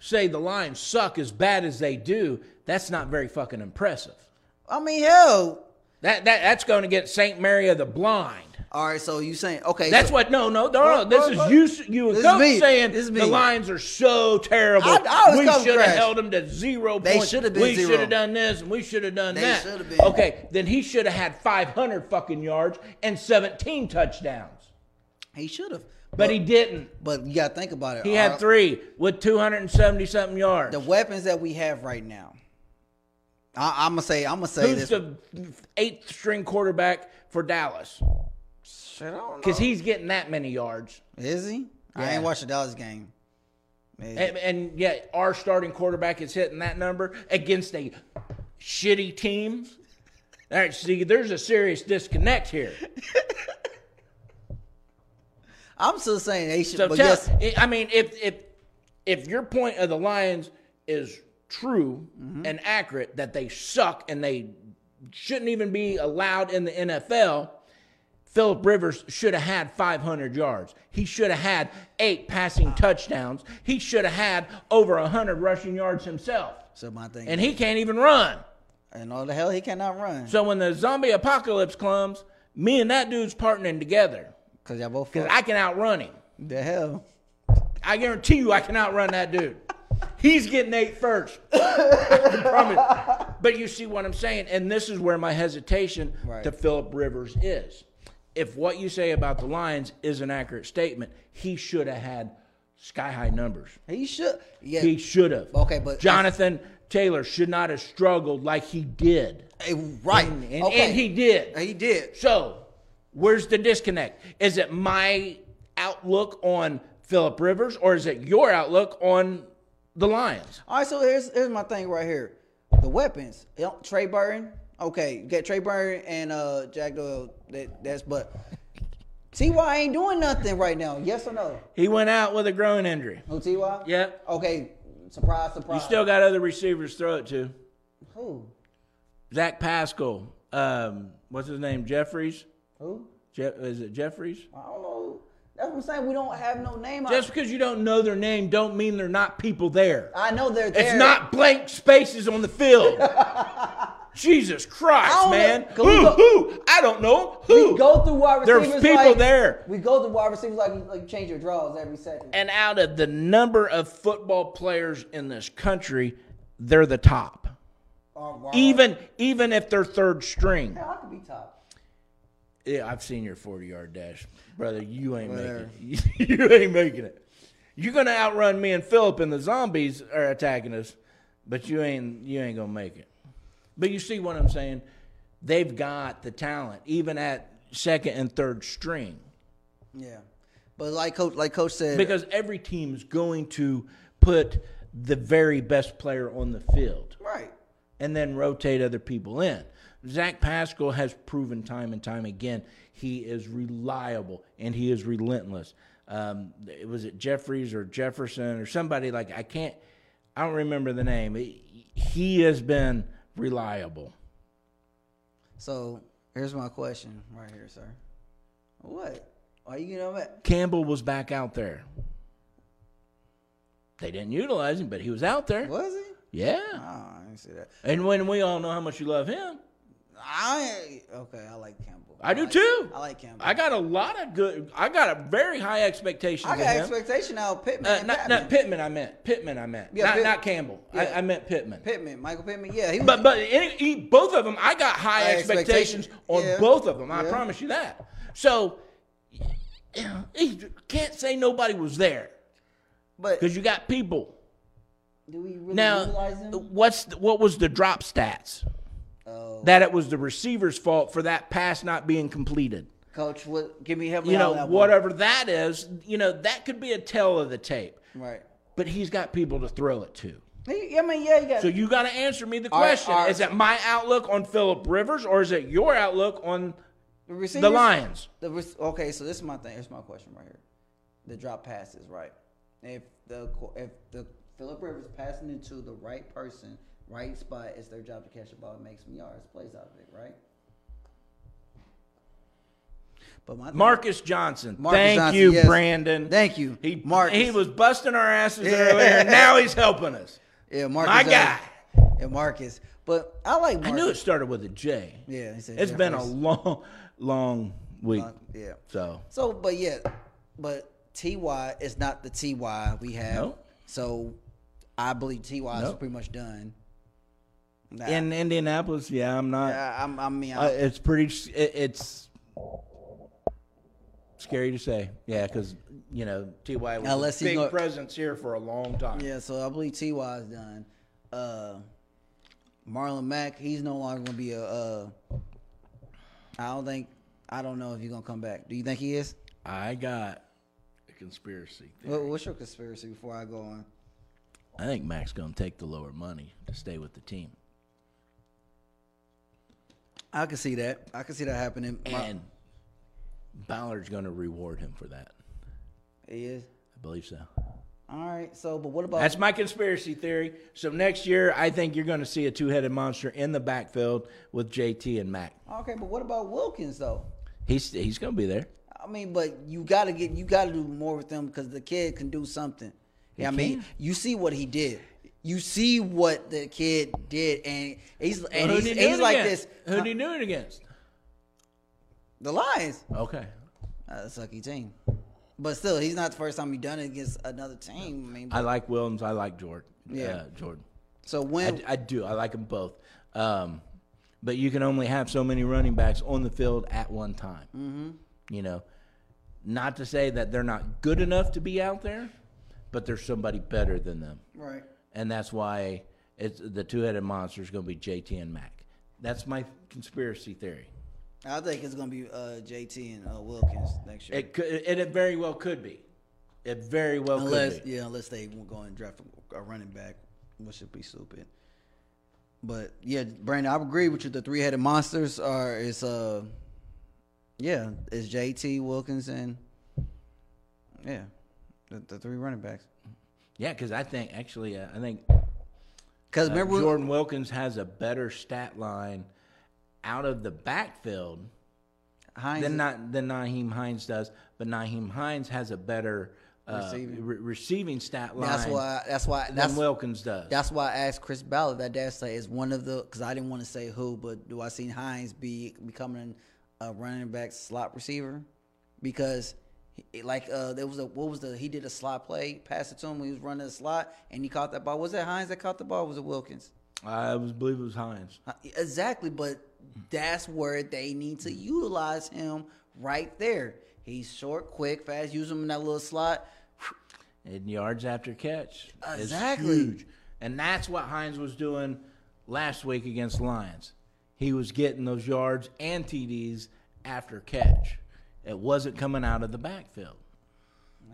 Speaker 1: say the Lions suck as bad as they do, that's not very fucking impressive.
Speaker 2: I mean, hell.
Speaker 1: That that that's going to get Saint Mary of the Blind.
Speaker 2: All right. So you saying okay?
Speaker 1: That's
Speaker 2: so
Speaker 1: what. No, no, no. no.
Speaker 2: What,
Speaker 1: This
Speaker 2: what, what?
Speaker 1: is you. You and
Speaker 2: This is
Speaker 1: Coach
Speaker 2: me.
Speaker 1: saying
Speaker 2: This is
Speaker 1: the
Speaker 2: me.
Speaker 1: lines are so terrible.
Speaker 2: I- I was
Speaker 1: we
Speaker 2: coming
Speaker 1: should have
Speaker 2: fresh.
Speaker 1: held them to zero.
Speaker 2: They
Speaker 1: points.
Speaker 2: should have been
Speaker 1: We
Speaker 2: zero.
Speaker 1: should have done this and we should have done
Speaker 2: They
Speaker 1: that.
Speaker 2: should have been.
Speaker 1: Okay, then he should have had 500 fucking yards and 17 touchdowns,
Speaker 2: he should have.
Speaker 1: but he didn't.
Speaker 2: But you gotta think about it.
Speaker 1: He
Speaker 2: Our-
Speaker 1: had three with 270 something yards.
Speaker 2: Uh, The weapons that we have right now. I, I'm gonna say. I'm gonna say
Speaker 1: Who's
Speaker 2: this.
Speaker 1: the eighth string quarterback for Dallas?
Speaker 2: Shit, I don't
Speaker 1: Because he's getting that many yards.
Speaker 2: Is he? I
Speaker 1: Yeah.
Speaker 2: ain't watched the Dallas game. Man,
Speaker 1: And, and yet, our starting quarterback is hitting that number against a shitty team. All right, see, there's a serious disconnect here.
Speaker 2: I'm still saying they should.
Speaker 1: So,
Speaker 2: but
Speaker 1: tell,
Speaker 2: yes,
Speaker 1: I mean, if if if your point of the Lions is true
Speaker 2: Mm-hmm.
Speaker 1: and accurate that they suck and they shouldn't even be allowed in the NFL, Philip Rivers should have had 500 yards. He should have had eight
Speaker 2: Ah.
Speaker 1: passing touchdowns. He should have had over 100 rushing yards himself.
Speaker 2: so my thing,
Speaker 1: and
Speaker 2: and,
Speaker 1: he can't even run.
Speaker 2: all the hell he cannot run
Speaker 1: So when the zombie apocalypse comes, me and that dude's partnering together
Speaker 2: because y'all both.
Speaker 1: because
Speaker 2: fuck.
Speaker 1: I can outrun him.
Speaker 2: the hell,
Speaker 1: I guarantee you, I can outrun that dude. He's getting eight first. [coughs] I can promise. But you see what I'm saying, and this is where my hesitation
Speaker 2: Right.
Speaker 1: to Philip Rivers is. If what you say about the Lions is an accurate statement, he should have had sky high numbers.
Speaker 2: He should. Yeah.
Speaker 1: He should have.
Speaker 2: Okay, but-
Speaker 1: Jonathan Taylor should not have struggled like he did.
Speaker 2: Hey, right.
Speaker 1: And, and-
Speaker 2: okay.
Speaker 1: and he did.
Speaker 2: He did.
Speaker 1: So, where's the disconnect? Is it my outlook on Philip Rivers or is it your outlook on the Lions?
Speaker 2: All right, so here's here's my thing right here. The weapons. You know, Trey Burton. Okay, you got Trey Burton and uh, Jack Doyle. That, that's but. Ty ain't doing nothing right now. Yes or no?
Speaker 1: He went out with a groin injury.
Speaker 2: Who Ty?
Speaker 1: Yep.
Speaker 2: Okay. Surprise, surprise.
Speaker 1: You still got other receivers to throw it to.
Speaker 2: Who?
Speaker 1: Zach Pascal. Um, what's his name? Jeffries?
Speaker 2: Who?
Speaker 1: Je- is it Jeffries?
Speaker 2: I don't know. That's what I'm saying. We don't have no name.
Speaker 1: Just because you don't know their name don't mean they're not people there.
Speaker 2: I, I know they're there.
Speaker 1: It's not blank spaces on the field. [laughs] Jesus
Speaker 2: I
Speaker 1: Christ,
Speaker 2: don't
Speaker 1: man.
Speaker 2: know.
Speaker 1: Who,
Speaker 2: Go-
Speaker 1: who? I don't know. Who?
Speaker 2: We go through wide
Speaker 1: There's
Speaker 2: receivers.
Speaker 1: people
Speaker 2: like-
Speaker 1: there.
Speaker 2: We go through wide receivers like you like change your draws every second.
Speaker 1: and out of the number of football players in this country, they're the top.
Speaker 2: Or wide-
Speaker 1: Even even if they're third string.
Speaker 2: Hell, I could be top.
Speaker 1: Yeah, I've seen your 40 yard dash. Brother, you ain't making it. [laughs] You ain't making it. You're gonna outrun me and Philip and the zombies are attacking us, but you ain't you ain't gonna make it. But you see what I'm saying? They've got the talent, even at second and third string.
Speaker 2: Yeah, but like coach, like coach said,
Speaker 1: Because every team is going to put the very best player on the field.
Speaker 2: right.
Speaker 1: and then rotate other people in. Zach Pascal has proven time and time again he is reliable and he is relentless. Um, was it Jeffries or Jefferson or somebody like I can't, I don't remember the name. He, he has been reliable.
Speaker 2: So here's my question right here, sir. What are you gonna make?
Speaker 1: Campbell was back out there. They didn't utilize him, but he was out there.
Speaker 2: Was he?
Speaker 1: Yeah,
Speaker 2: Oh, I didn't see that.
Speaker 1: and when we all know how much you love him,
Speaker 2: I okay. I like Campbell.
Speaker 1: I do
Speaker 2: like-
Speaker 1: too.
Speaker 2: I like Campbell.
Speaker 1: I got a lot of good. I got a very high expectations.
Speaker 2: I
Speaker 1: of
Speaker 2: got
Speaker 1: him.
Speaker 2: expectation out of Pittman.
Speaker 1: Uh,
Speaker 2: and
Speaker 1: not,
Speaker 2: Patman.
Speaker 1: not Pittman. I meant Pittman. I meant
Speaker 2: Yeah,
Speaker 1: not,
Speaker 2: Pitt-
Speaker 1: not Campbell.
Speaker 2: yeah.
Speaker 1: I, I meant Pittman.
Speaker 2: Pittman, Michael Pittman. Yeah, he was.
Speaker 1: But but any, he, both of them, I got high,
Speaker 2: High
Speaker 1: expectations,
Speaker 2: expectations.
Speaker 1: on
Speaker 2: Yeah.
Speaker 1: both of them. I
Speaker 2: Yeah.
Speaker 1: promise you that. So yeah, he can't say nobody was there
Speaker 2: but
Speaker 1: because you got people.
Speaker 2: do we really
Speaker 1: Now,
Speaker 2: utilize him?
Speaker 1: what's the, what was the drop stats?
Speaker 2: Oh,
Speaker 1: That it was the receiver's fault for that pass not being completed.
Speaker 2: coach, what? Give me help. me
Speaker 1: You
Speaker 2: out on
Speaker 1: know,
Speaker 2: that one.
Speaker 1: whatever that is, you know, that could be a tell of the tape.
Speaker 2: Right.
Speaker 1: But he's got people to throw it to.
Speaker 2: He, I mean, yeah, you got.
Speaker 1: So you got to answer me the
Speaker 2: right,
Speaker 1: question:
Speaker 2: all right.
Speaker 1: Is it my outlook on Philip Rivers, or is it your outlook on
Speaker 2: The receivers,
Speaker 1: the Lions?
Speaker 2: The rec- okay, so this is my thing. Here's my question right here. The drop passes, right? If the qu- if the Philip Rivers passing it to the right person, right spot, it's their job to catch the ball and make some yards, plays out of it, right? But my thing-
Speaker 1: Marcus Johnson.
Speaker 2: Marcus
Speaker 1: Thank
Speaker 2: Johnson,
Speaker 1: you,
Speaker 2: yes.
Speaker 1: Brandon.
Speaker 2: Thank you,
Speaker 1: He
Speaker 2: Marcus.
Speaker 1: he was busting our asses
Speaker 2: Yeah.
Speaker 1: earlier, and now he's helping us.
Speaker 2: [laughs] yeah, Marcus,
Speaker 1: my
Speaker 2: Johnson. yeah, Marcus. But I like. Marcus.
Speaker 1: I knew it started with a J.
Speaker 2: Yeah, he said
Speaker 1: It's been a
Speaker 2: Jeffries.
Speaker 1: long, long week.
Speaker 2: yeah.
Speaker 1: So
Speaker 2: So, but yeah, but Ty is not the Ty we have.
Speaker 1: No.
Speaker 2: So, I believe Ty is
Speaker 1: No.
Speaker 2: pretty much done. Nah,
Speaker 1: in Indianapolis, yeah, I'm not.
Speaker 2: I, I'm, I mean,
Speaker 1: Uh,
Speaker 2: I,
Speaker 1: it's pretty. It, it's scary to say. Yeah, because you know Ty was
Speaker 2: Unless
Speaker 1: a
Speaker 2: he's
Speaker 1: big
Speaker 2: not-
Speaker 1: presence here for a long time.
Speaker 2: yeah. So I believe Ty is done. Uh, Marlon Mack, he's no longer gonna be a. Uh, I don't think. I don't know if he's gonna come back. Do you think he is?
Speaker 1: I got a conspiracy. Theory.
Speaker 2: What, what's your conspiracy before I go on?
Speaker 1: I think Mac's gonna take the lower money to stay with the team,
Speaker 2: I can see that. I can see that happening. My-
Speaker 1: and Ballard's gonna reward him for that.
Speaker 2: he is.
Speaker 1: I believe so.
Speaker 2: All right. So, but what about?
Speaker 1: That's my conspiracy theory. So next year, I think you're gonna see a two-headed monster in the backfield with JT and Mac.
Speaker 2: okay, but what about Wilkins though?
Speaker 1: He's he's gonna be there.
Speaker 2: I mean, but you gotta get you gotta do more with them because the kid can do something. Yeah, I mean,
Speaker 1: can.
Speaker 2: you see what he did. You see what the kid did, and he's and
Speaker 1: Who'd
Speaker 2: he's,
Speaker 1: he
Speaker 2: and
Speaker 1: do it
Speaker 2: he's like
Speaker 1: against?
Speaker 2: this.
Speaker 1: Who'd he do it against?
Speaker 2: The Lions,
Speaker 1: Okay.
Speaker 2: uh, sucky team, but still, he's not the first time he done it against another team. I mean,
Speaker 1: I like Williams. I like Jordan.
Speaker 2: Yeah.
Speaker 1: uh, Jordan.
Speaker 2: so
Speaker 1: I,
Speaker 2: when
Speaker 1: I do. I like them both. Um, but you can only have so many running backs on the field at one time. Mm-hmm. You know, not to say that they're not good enough to be out there, but there's somebody better than them.
Speaker 2: Right.
Speaker 1: And that's why it's, the two headed monster is going to be JT and Mac. That's my conspiracy theory.
Speaker 2: I think it's gonna be uh, JT and uh, Wilkins next year.
Speaker 1: It could, and it very well could be. It very well
Speaker 2: unless
Speaker 1: could be.
Speaker 2: yeah, unless they will go and draft a, a running back, which would be stupid. But yeah, Brandon, I agree with you. The three headed monsters are is uh, yeah, is JT Wilkinson. Yeah, the, the three running backs.
Speaker 1: Yeah, because I think actually, uh, I think
Speaker 2: Because
Speaker 1: uh,
Speaker 2: remember, we-
Speaker 1: Jordan Wilkins has a better stat line out of the backfield
Speaker 2: Hines,
Speaker 1: than not than Naheem Hines does, but Naheem Hines has a better uh,
Speaker 2: Receiving.
Speaker 1: re- receiving stat line
Speaker 2: that's why. That's why.
Speaker 1: than
Speaker 2: That's
Speaker 1: Wilkins does.
Speaker 2: That's why I asked Chris Ballard that day. I say is one of the because I didn't want to say who, but do I see Hines be becoming a running back slot receiver? Because he, like uh, there was a what was the he did a slot play, passed it to him when he was running the slot, and he caught that ball. Was that Hines that caught the ball? Or was it Wilkins?
Speaker 1: I was, believe it was Hines.
Speaker 2: Uh, Exactly, but that's where they need to utilize him right there. He's short, quick, fast. Use him in that little slot.
Speaker 1: and yards after catch. is
Speaker 2: Exactly.
Speaker 1: huge. And that's what Hines was doing last week against the Lions. He was getting those yards and TDs after catch. It wasn't coming out of the backfield.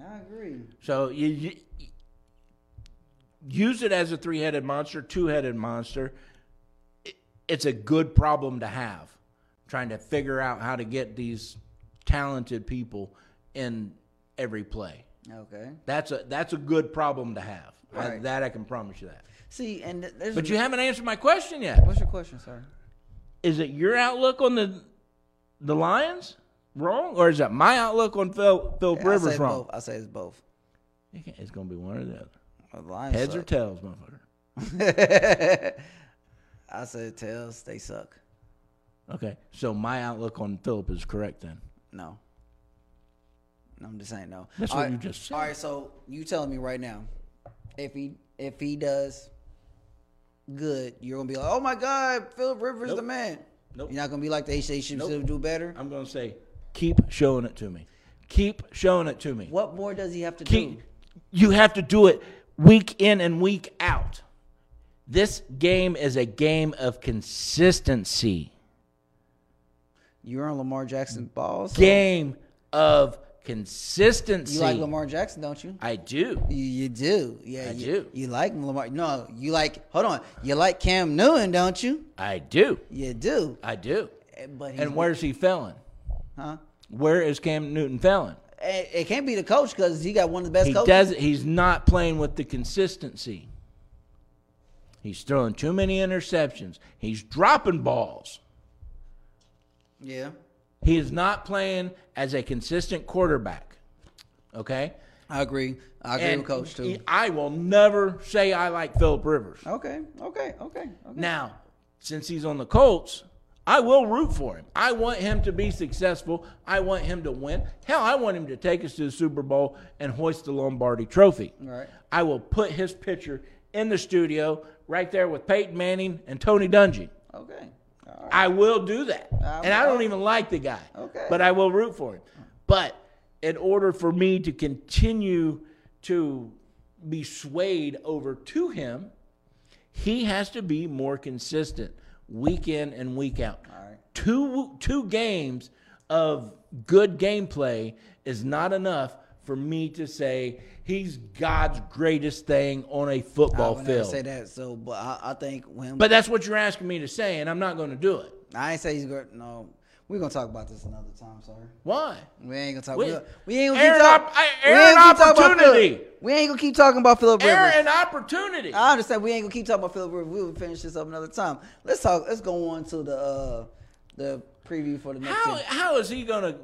Speaker 2: I agree.
Speaker 1: So you, you use it as a three-headed monster, two-headed monster. It, it's a good problem to have, trying to figure out how to get these talented people in every play.
Speaker 2: Okay.
Speaker 1: That's a that's a good problem to have. I-
Speaker 2: Right.
Speaker 1: that I can promise you that.
Speaker 2: See, and th- there's
Speaker 1: But you haven't answered my question yet.
Speaker 2: what's your question, sir?
Speaker 1: Is it your outlook on the the Lions wrong, or is that my outlook on Phil Phil
Speaker 2: Yeah, I
Speaker 1: Rivers
Speaker 2: say
Speaker 1: wrong?
Speaker 2: Both. I say it's both.
Speaker 1: You can't- It's gonna be one or the other.
Speaker 2: The Lions
Speaker 1: Heads or
Speaker 2: suck.
Speaker 1: tails, motherfucker.
Speaker 2: [laughs] I said tails. They suck.
Speaker 1: Okay, so my outlook on Philip is correct then.
Speaker 2: No. No, I'm just saying no.
Speaker 1: That's
Speaker 2: All
Speaker 1: what
Speaker 2: right-
Speaker 1: you just said.
Speaker 2: All right, so you telling me right now, if he if he does good, you're gonna be like, oh my god, Philip Rivers the
Speaker 1: Nope.
Speaker 2: man.
Speaker 1: Nope.
Speaker 2: You're not gonna be like they say should
Speaker 1: Nope.
Speaker 2: still do better.
Speaker 1: I'm gonna say, keep showing it to me. Keep showing it to me.
Speaker 2: What more does he have to
Speaker 1: Keep,
Speaker 2: do?
Speaker 1: you have to do it week in and week out. This game is a game of consistency.
Speaker 2: You're on Lamar Jackson balls.
Speaker 1: game of
Speaker 2: you
Speaker 1: consistency.
Speaker 2: like Lamar Jackson, don't you?
Speaker 1: I do.
Speaker 2: You, you do. Yeah,
Speaker 1: I
Speaker 2: you,
Speaker 1: do.
Speaker 2: You like Lamar? No, you like. Hold on. You like Cam Newton, don't you?
Speaker 1: I do.
Speaker 2: You do.
Speaker 1: I do.
Speaker 2: But he's,
Speaker 1: And where's he failing?
Speaker 2: Huh?
Speaker 1: Where is Cam Newton failing?
Speaker 2: It, it can't be the coach because he got one of the best
Speaker 1: He
Speaker 2: coaches.
Speaker 1: doesn't. He's not playing with the consistency. He's throwing too many interceptions. He's dropping balls.
Speaker 2: Yeah.
Speaker 1: He is not playing as a consistent quarterback. Okay?
Speaker 2: I agree. I agree
Speaker 1: And
Speaker 2: with coach too.
Speaker 1: I will never say I like Philip Rivers.
Speaker 2: okay. Okay. Okay. Okay.
Speaker 1: Now, since he's on the Colts, I will root for him. I want him to be successful. I want him to win. Hell, I want him to take us to the Super Bowl and hoist the Lombardi trophy.
Speaker 2: Right.
Speaker 1: I will put his picture in the studio right there with Peyton Manning and Tony Dungy.
Speaker 2: Okay. All right.
Speaker 1: I will do that.
Speaker 2: I
Speaker 1: and I
Speaker 2: will-
Speaker 1: don't even like the guy.
Speaker 2: Okay.
Speaker 1: But I will root for him. But in order for me to continue to be swayed over to him, he has to be more consistent week in and week out.
Speaker 2: right.
Speaker 1: Two two games of good gameplay is not enough for me to say he's God's greatest thing on a
Speaker 2: I
Speaker 1: football
Speaker 2: would never
Speaker 1: field.
Speaker 2: say that. So, but I, I think when
Speaker 1: But that's what you're asking me to say, and I'm not going to do it.
Speaker 2: I ain't say he's good. No, we're gonna talk about this another time, sir.
Speaker 1: Why?
Speaker 2: We ain't gonna talk.
Speaker 1: We-
Speaker 2: We, we ain't gonna
Speaker 1: air
Speaker 2: keep
Speaker 1: an
Speaker 2: talking.
Speaker 1: op- I- air an opportunity.
Speaker 2: We ain't gonna keep talking about Philip
Speaker 1: air
Speaker 2: Rivers.
Speaker 1: an opportunity.
Speaker 2: I understand. We ain't gonna keep talking about Philip Rivers. We will finish this up another time. Let's talk. Let's go on to the uh, the preview for the next.
Speaker 1: how
Speaker 2: season.
Speaker 1: how is he gonna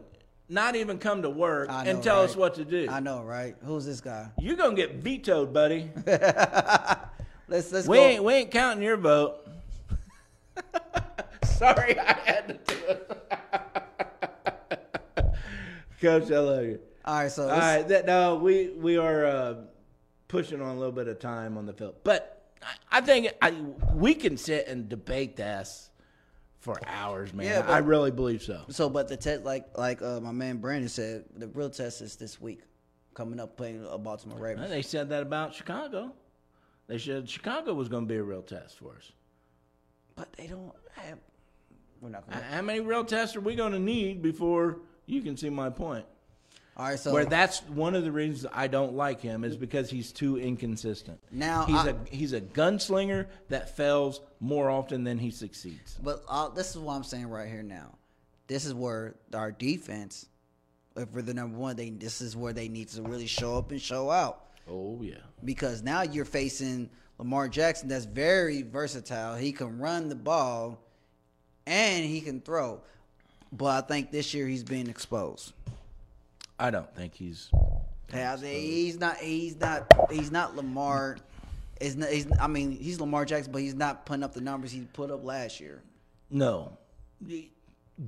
Speaker 1: not even come to work
Speaker 2: I know,
Speaker 1: and tell us
Speaker 2: right?
Speaker 1: what to do?
Speaker 2: I know, right? Who's this guy?
Speaker 1: You're gonna get vetoed,
Speaker 2: [laughs]
Speaker 1: buddy.
Speaker 2: Let's let's
Speaker 1: we
Speaker 2: go.
Speaker 1: ain't we ain't counting your vote. [laughs] Sorry, I had to do it. [laughs] Coach, I love you.
Speaker 2: All right, so
Speaker 1: All right, that no, we we are uh, pushing on a little bit of time on the film, but I, I think I, we can sit and debate this for hours, man.
Speaker 2: Yeah, but-
Speaker 1: I really believe so.
Speaker 2: so but the test, like like uh, my man Brandon said, the real test is this week. coming up playing uh, Baltimore
Speaker 1: Well,
Speaker 2: Ravens.
Speaker 1: They said that about Chicago. They said Chicago was going to be a real test for us.
Speaker 2: But they don't. I, we're not
Speaker 1: H-
Speaker 2: going.
Speaker 1: How many real tests are we going to need before you can see my point?
Speaker 2: All right, so
Speaker 1: Where that's one of the reasons I don't like him is because he's too inconsistent.
Speaker 2: Now,
Speaker 1: he's
Speaker 2: I-
Speaker 1: a he's a gunslinger that fails more often than he succeeds.
Speaker 2: But uh, this is what I'm saying right here now. This is where our defense, if we're the number one, they this is where they need to really show up and show out
Speaker 1: Oh yeah,
Speaker 2: because now you're facing Lamar Jackson. That's very versatile. He can run the ball, and he can throw. But I think this year he's being exposed.
Speaker 1: I don't think he's.
Speaker 2: Yeah, he's not. He's not. He's not Lamar. Is not, he's, I mean, he's Lamar Jackson, but he's not putting up the numbers he put up last year.
Speaker 1: No.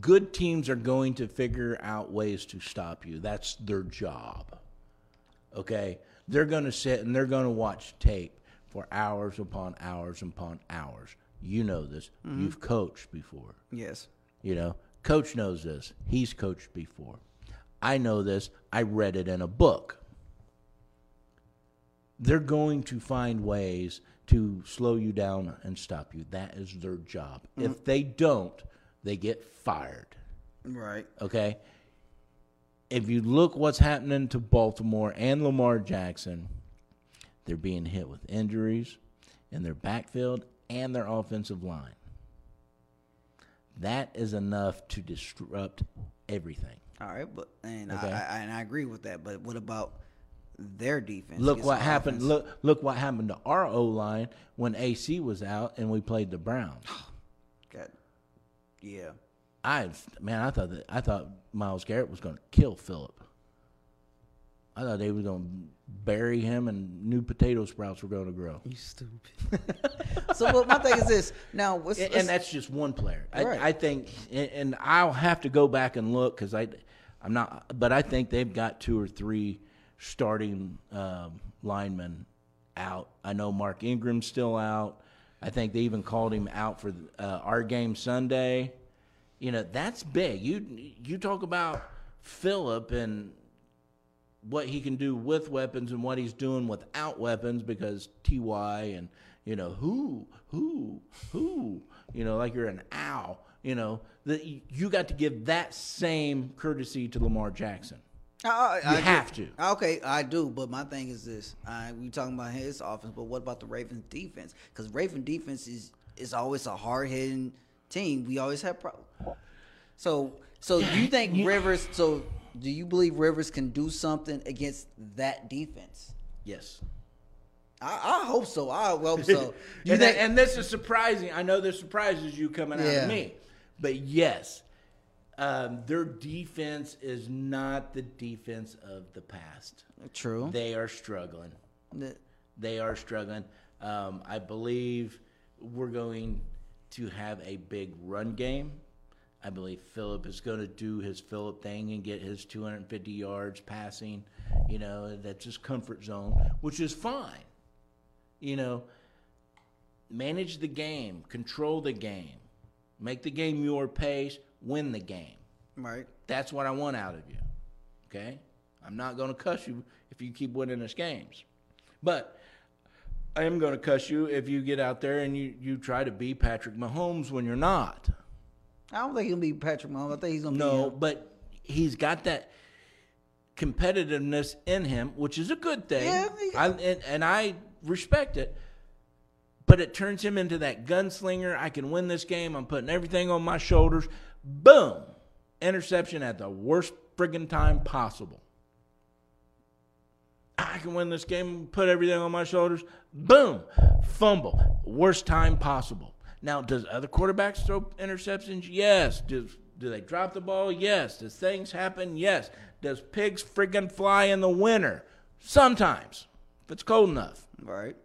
Speaker 1: Good teams are going to figure out ways to stop you. That's their job. Okay? They're going to sit and they're going to watch tape for hours upon hours upon hours. You know this. You've coached before.
Speaker 2: Yes.
Speaker 1: You know, coach knows this. He's coached before. I know this. I read it in a book. They're going to find ways to slow you down and stop you. That is their job. If they don't, they get fired.
Speaker 2: Right.
Speaker 1: Okay? If you look what's happening to Baltimore and Lamar Jackson, they're being hit with injuries in their backfield and their offensive line. That is enough to disrupt everything.
Speaker 2: All right, but and
Speaker 1: Okay.
Speaker 2: I, I and I agree with that. But what about their defense?
Speaker 1: Look
Speaker 2: against
Speaker 1: what
Speaker 2: our
Speaker 1: happened.
Speaker 2: offense?
Speaker 1: Look look what happened to our O line when AC was out and we played the Browns.
Speaker 2: God. yeah,
Speaker 1: I man, I thought that I thought Miles Garrett was going to kill Philip. I thought they were going to bury him, and new potato sprouts were going to grow.
Speaker 2: you stupid. so well, my thing is this. Now, what's,
Speaker 1: And,
Speaker 2: what's-
Speaker 1: and that's just one player. I,
Speaker 2: Right.
Speaker 1: I think, and, and I'll have to go back and look because I, I'm not, but I think they've got two or three starting um, linemen out. I know Mark Ingram's still out. I think they even called him out for uh, our game Sunday. You know, that's big. You you talk about Philip and what he can do with weapons and what he's doing without weapons because ty and you know who who who you know like you're an owl you know that you- you got to give that same courtesy to lamar jackson
Speaker 2: I- I-
Speaker 1: you
Speaker 2: I
Speaker 1: have
Speaker 2: agree.
Speaker 1: to
Speaker 2: Okay, I do, but my thing is this: I, we talking about his offense, but what about the Ravens defense? Because Raven defense is is always a hard hitting team. We always have problems. So, so do you think Rivers? So, do you believe Rivers can do something against that defense?
Speaker 1: yes
Speaker 2: I, I hope so. I
Speaker 1: [laughs]
Speaker 2: hope so. Do you
Speaker 1: and,
Speaker 2: think?
Speaker 1: and this is surprising. I know this surprises you coming out
Speaker 2: Yeah.
Speaker 1: of me, but yes, um, their defense is not the defense of the past.
Speaker 2: True.
Speaker 1: They are struggling.
Speaker 2: The-
Speaker 1: They are struggling. Um, I believe we're going to have a big run game. I believe Philip is going to do his Philip thing and get his 250 yards passing. You know, that's his comfort zone, which is fine. You know, manage the game, control the game, make the game your pace, win the game.
Speaker 2: right.
Speaker 1: That's what I want out of you. Okay? I'm not going to cuss you if you keep winning us games. But I am going to cuss you if you get out there and you, you try to be Patrick Mahomes when you're not.
Speaker 2: I don't think he'll be Patrick Mahomes. I think he's gonna
Speaker 1: No,
Speaker 2: be.
Speaker 1: but he's got that competitiveness in him, which is a good thing.
Speaker 2: Yeah, he-
Speaker 1: I, and, and I respect it. But it turns him into that gunslinger. I can win this game. I'm putting everything on my shoulders. Boom. Interception at the worst friggin' time possible. I can win this game, put everything on my shoulders. Boom, fumble, worst time possible. Now, does other quarterbacks throw interceptions? Yes. Does do they drop the ball? Yes. Does things happen? Yes. Does pigs friggin' fly in the winter? Sometimes, if it's cold enough.
Speaker 2: Right.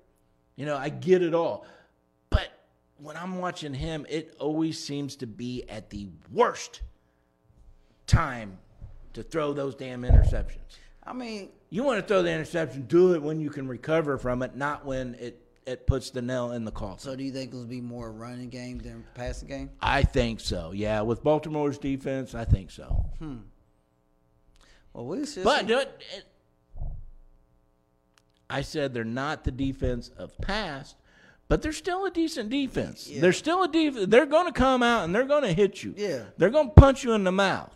Speaker 1: You know, I get it all. But when I'm watching him, it always seems to be at the worst time to throw those damn interceptions.
Speaker 2: I mean,
Speaker 1: You want to throw the interception, do it when you can recover from it, not when it, it puts the nail in the coffin.
Speaker 2: so do you think it'll be more running game than passing game?
Speaker 1: I think so. Yeah, with Baltimore's defense, I think so.
Speaker 2: Well, we'll see.
Speaker 1: But do it, it- I said they're not the defense of past, but they're still a decent defense. They're still a def- They're going to come out and they're going to hit you.
Speaker 2: Yeah.
Speaker 1: They're going to punch you in the mouth.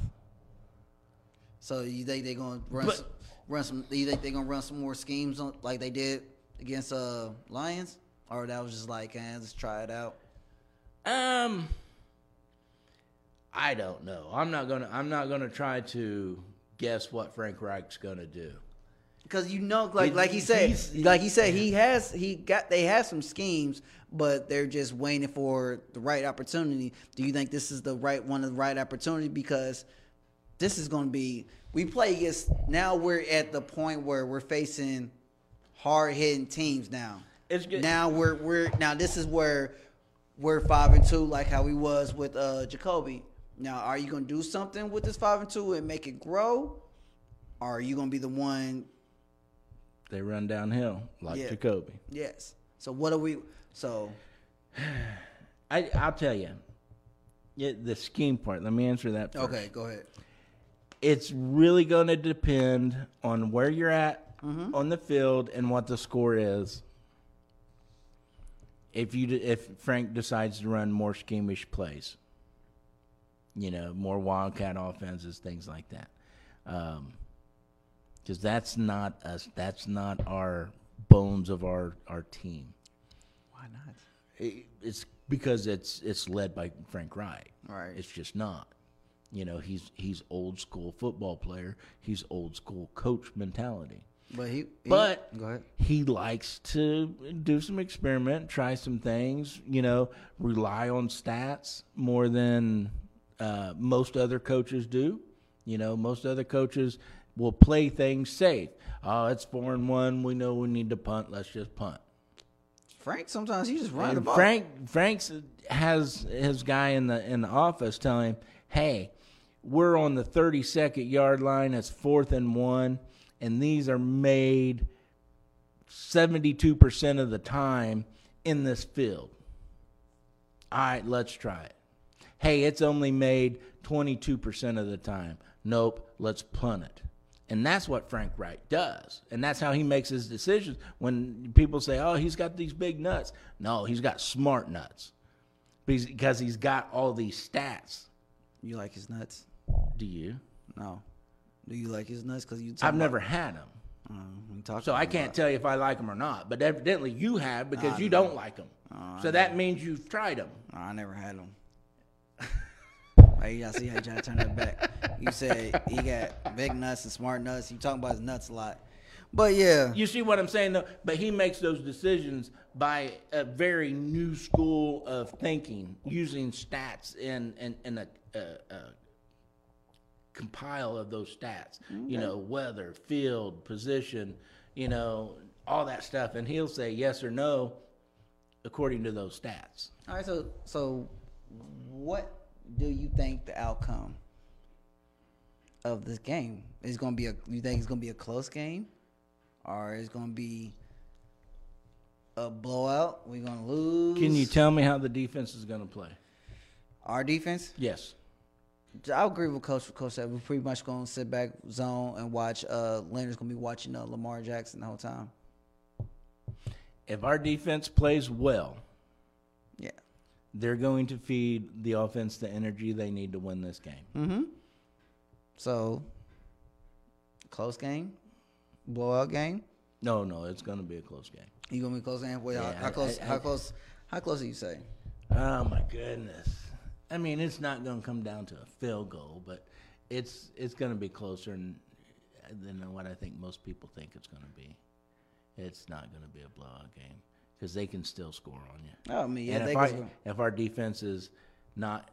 Speaker 2: So you think they're gonna run
Speaker 1: But-
Speaker 2: some, run some? You think they're gonna run some more schemes on, like they did against uh Lions, or that was just like, eh, let's try it out.
Speaker 1: Um, I don't know. I'm not gonna. I'm not gonna try to guess what Frank Reich's gonna do.
Speaker 2: Because you know, like
Speaker 1: He-
Speaker 2: like he said,
Speaker 1: he's-
Speaker 2: like he said, he has he got they have some schemes, but they're just waiting for the right opportunity. Do you think this is the right one, the right opportunity? Because this is going to be we play against now. We're at the point where we're facing hard hitting teams now.
Speaker 1: It's good.
Speaker 2: Now we're we're now this is where we're five and two, like how we was with uh Jacoby. Now, are you going to do something with this five and two and make it grow? Or are you going to be the one
Speaker 1: They run downhill like
Speaker 2: Yeah.
Speaker 1: Jacoby.
Speaker 2: Yes. So what are we? So
Speaker 1: I I'll tell you. Yeah, the scheme part. Let me answer that. First.
Speaker 2: okay, go ahead.
Speaker 1: It's really going to depend on where you're at
Speaker 2: Mm-hmm.
Speaker 1: on the field and what the score is. If you d- if Frank decides to run more schemish plays, you know, more wildcat offenses, things like that, because that's not us. That's not our bones of our our team.
Speaker 2: Why not?
Speaker 1: It- it's because it's it's led by Frank Wright.
Speaker 2: Right.
Speaker 1: It's just not. You know, he's he's old school football player. He's old school coach mentality.
Speaker 2: But he. he-
Speaker 1: But
Speaker 2: go ahead.
Speaker 1: he likes to do some experiment, try some things. You know, rely on stats more than uh, most other coaches do. You know, most other coaches will play things safe. Oh, it's four and one. We know we need to punt. Let's just punt.
Speaker 2: Frank sometimes he just run the
Speaker 1: And
Speaker 2: ball.
Speaker 1: Frank Frank's has his guy in the in the office telling him, "Hey, we're on the 32nd yard line. It's fourth and one, and these are made 72 percent of the time in this field. All right, let's try it. Hey, it's only made 22 percent of the time. Nope, let's punt it." And that's what Frank Wright does. And that's how he makes his decisions. When people say, oh, he's got these big nuts. No, he's got smart nuts Because- because he's got all these stats.
Speaker 2: You like his nuts?
Speaker 1: Do you?
Speaker 2: No. Do you like his nuts? Because you. mm,
Speaker 1: I've never had them.
Speaker 2: talked.
Speaker 1: So I can't tell you if I like them or not. But evidently you have because you don't like them. So that means you've tried them.
Speaker 2: I never had [laughs] him. Hey, y'all see how you trying to turn that back? You said he got big nuts and smart nuts. You talking about his nuts a lot, but yeah,
Speaker 1: You see what I'm saying, though. But he makes those decisions by a very new school of thinking, using stats and and and a, a, a compile of those stats. You know, weather, field, position. You know, all that stuff, and he'll say yes or no according to those stats.
Speaker 2: All right, so so what do you think the outcome of this game is going to be? A you think it's going to be a close game, or it's going to be a blowout? We're going to lose.
Speaker 1: Can you tell me how the defense is going to play?
Speaker 2: our defense?
Speaker 1: Yes.
Speaker 2: I agree with Coach. Coach that we're pretty much going to sit back zone and watch. Uh, Leonard's going to be watching uh, Lamar Jackson the whole time.
Speaker 1: If our defense plays well,
Speaker 2: Yeah,
Speaker 1: they're going to feed the offense the energy they need to win this game.
Speaker 2: so close game, blowout game.
Speaker 1: No, no, it's going to be a close game.
Speaker 2: You gonna be close in? Wait,
Speaker 1: Yeah,
Speaker 2: how, how
Speaker 1: I-
Speaker 2: close?
Speaker 1: I-
Speaker 2: how
Speaker 1: I-
Speaker 2: close? How close are you say?
Speaker 1: Oh my goodness! I mean, it's not going to come down to a field goal, but it's it's going to be closer than, than what I think most people think it's going to be. It's not going to be a blowout game because they can still score on you.
Speaker 2: Oh, I mean, yeah,
Speaker 1: and
Speaker 2: they
Speaker 1: if,
Speaker 2: can-
Speaker 1: our, if our defense is not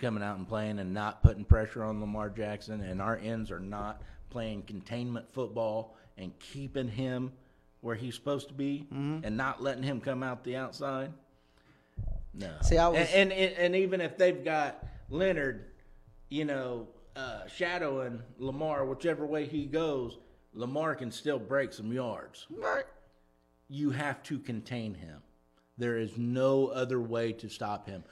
Speaker 1: coming out and playing and not putting pressure on Lamar Jackson, and our ends are not playing containment football and keeping him where he's supposed to be
Speaker 2: Mm-hmm.
Speaker 1: and not letting him come out the outside. No.
Speaker 2: See, I was-
Speaker 1: and, and and and even if they've got Leonard, you know, uh, shadowing Lamar, whichever way he goes, Lamar can still break some yards
Speaker 2: Right.
Speaker 1: you have to contain him. There is no other way to stop him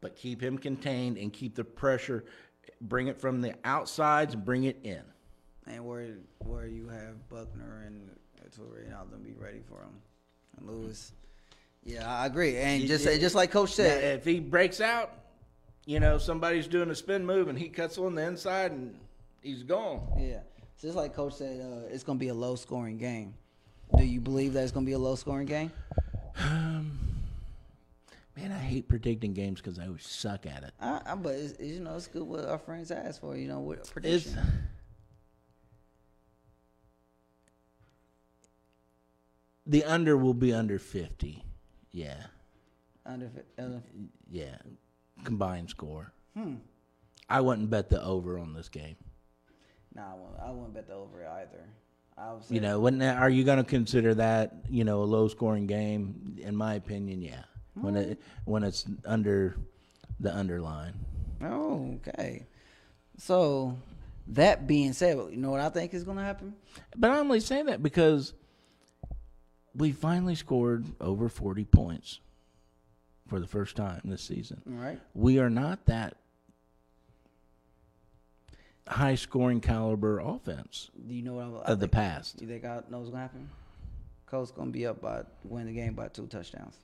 Speaker 1: but keep him contained and keep the pressure, bring it from the outsides and bring it in.
Speaker 2: And where where you have Buckner and Toure and all them be ready for him. And Lewis. Yeah, I agree. And just
Speaker 3: yeah.
Speaker 2: just like Coach
Speaker 3: Yeah,
Speaker 2: said,
Speaker 3: if he breaks out, you know, somebody's doing a spin move and he cuts on the inside and he's gone.
Speaker 2: Yeah. So just like Coach said, uh, it's going to be a low scoring game. Do you believe that it's going to be a low scoring game?
Speaker 1: Man, I hate predicting games because I always suck at it.
Speaker 2: I, I, but it's, it's, you know, it's good what our friends ask for. You know, with a
Speaker 1: It's,
Speaker 2: prediction.
Speaker 1: the under will be under 50. Yeah.
Speaker 2: Under, uh,
Speaker 1: Yeah. Combined score. Hmm. I wouldn't bet the over on this game.
Speaker 2: nah, I wouldn't, I wouldn't bet the over either. I would say,
Speaker 1: You know, when, are you going to consider that, you know, a low scoring game? In my opinion, yeah. When it when it's under the underline.
Speaker 2: oh, okay. So that being said, you know what I think is going to happen?
Speaker 1: But I'm only saying that because we finally scored over 40 points for the first time this season.
Speaker 2: All right.
Speaker 1: We are not that high scoring caliber offense
Speaker 2: Do you know what I, I
Speaker 1: of the
Speaker 2: think,
Speaker 1: past.
Speaker 2: You think I know what's going to happen? Coach going to be up by win the game by two touchdowns.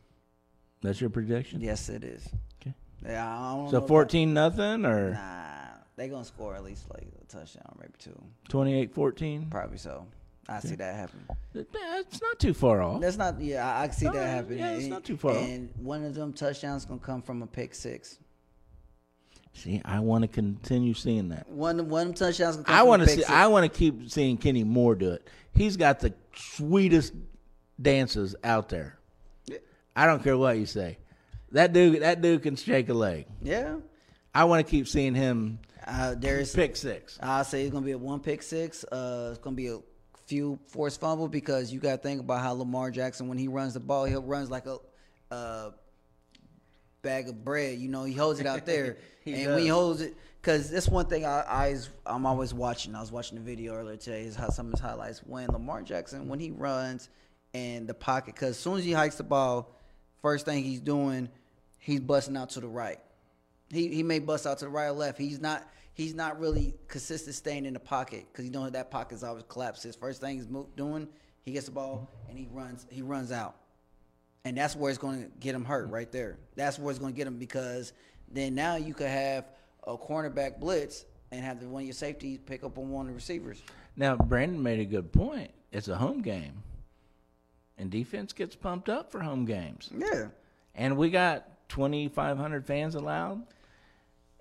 Speaker 1: That's your prediction?
Speaker 2: Yes, it is.
Speaker 1: Okay.
Speaker 2: Yeah, I don't know
Speaker 1: So
Speaker 2: about-
Speaker 1: 14 nothing or
Speaker 2: Nah, they gonna score at least like a touchdown, maybe two,
Speaker 1: 28 14?
Speaker 2: probably so. I see that happen.
Speaker 1: It's not too far off.
Speaker 2: That's not. Yeah, I, I see
Speaker 1: No,
Speaker 2: that happen.
Speaker 1: yeah, it's
Speaker 2: And-
Speaker 1: not too far off.
Speaker 2: And one of them touchdowns gonna come from a pick six.
Speaker 1: See, I want to continue seeing that.
Speaker 2: One one of them touchdowns gonna come
Speaker 1: I
Speaker 2: from
Speaker 1: want
Speaker 2: a
Speaker 1: to
Speaker 2: pick
Speaker 1: see.
Speaker 2: six.
Speaker 1: I want to keep seeing Kenny Moore do it. He's got the sweetest dances out there. I don't care what you say. That dude. That dude can shake a leg.
Speaker 2: yeah.
Speaker 1: I want to keep seeing him
Speaker 2: Uh, there's.
Speaker 1: pick six.
Speaker 2: I say it's gonna be a one pick six. Uh, it's gonna be a few forced fumble because you gotta think about how Lamar Jackson when he runs the ball, he runs like a. Uh, bag of bread. You know, he holds it out there, and when he holds it, because that's one thing I, I is- I'm always watching. I was watching a video earlier today is how some of his highlights when Lamar Jackson when he runs and the pocket, because as soon as he hikes the ball, first thing he's doing, he's busting out to the right. He he may bust out to the right or left. He's not. He's not really consistent staying in the pocket because you know that pocket's always collapsed. His first thing he's mo- doing, he gets the ball and he runs. He runs out and that's where it's going to get him hurt right there. That's where it's going to get him because then now you could have a cornerback blitz and have the one of your safeties pick up on one of the receivers.
Speaker 1: Now, Brandon made a good point. It's a home game, and defense gets pumped up for home games.
Speaker 2: Yeah,
Speaker 1: and we got 2500 fans allowed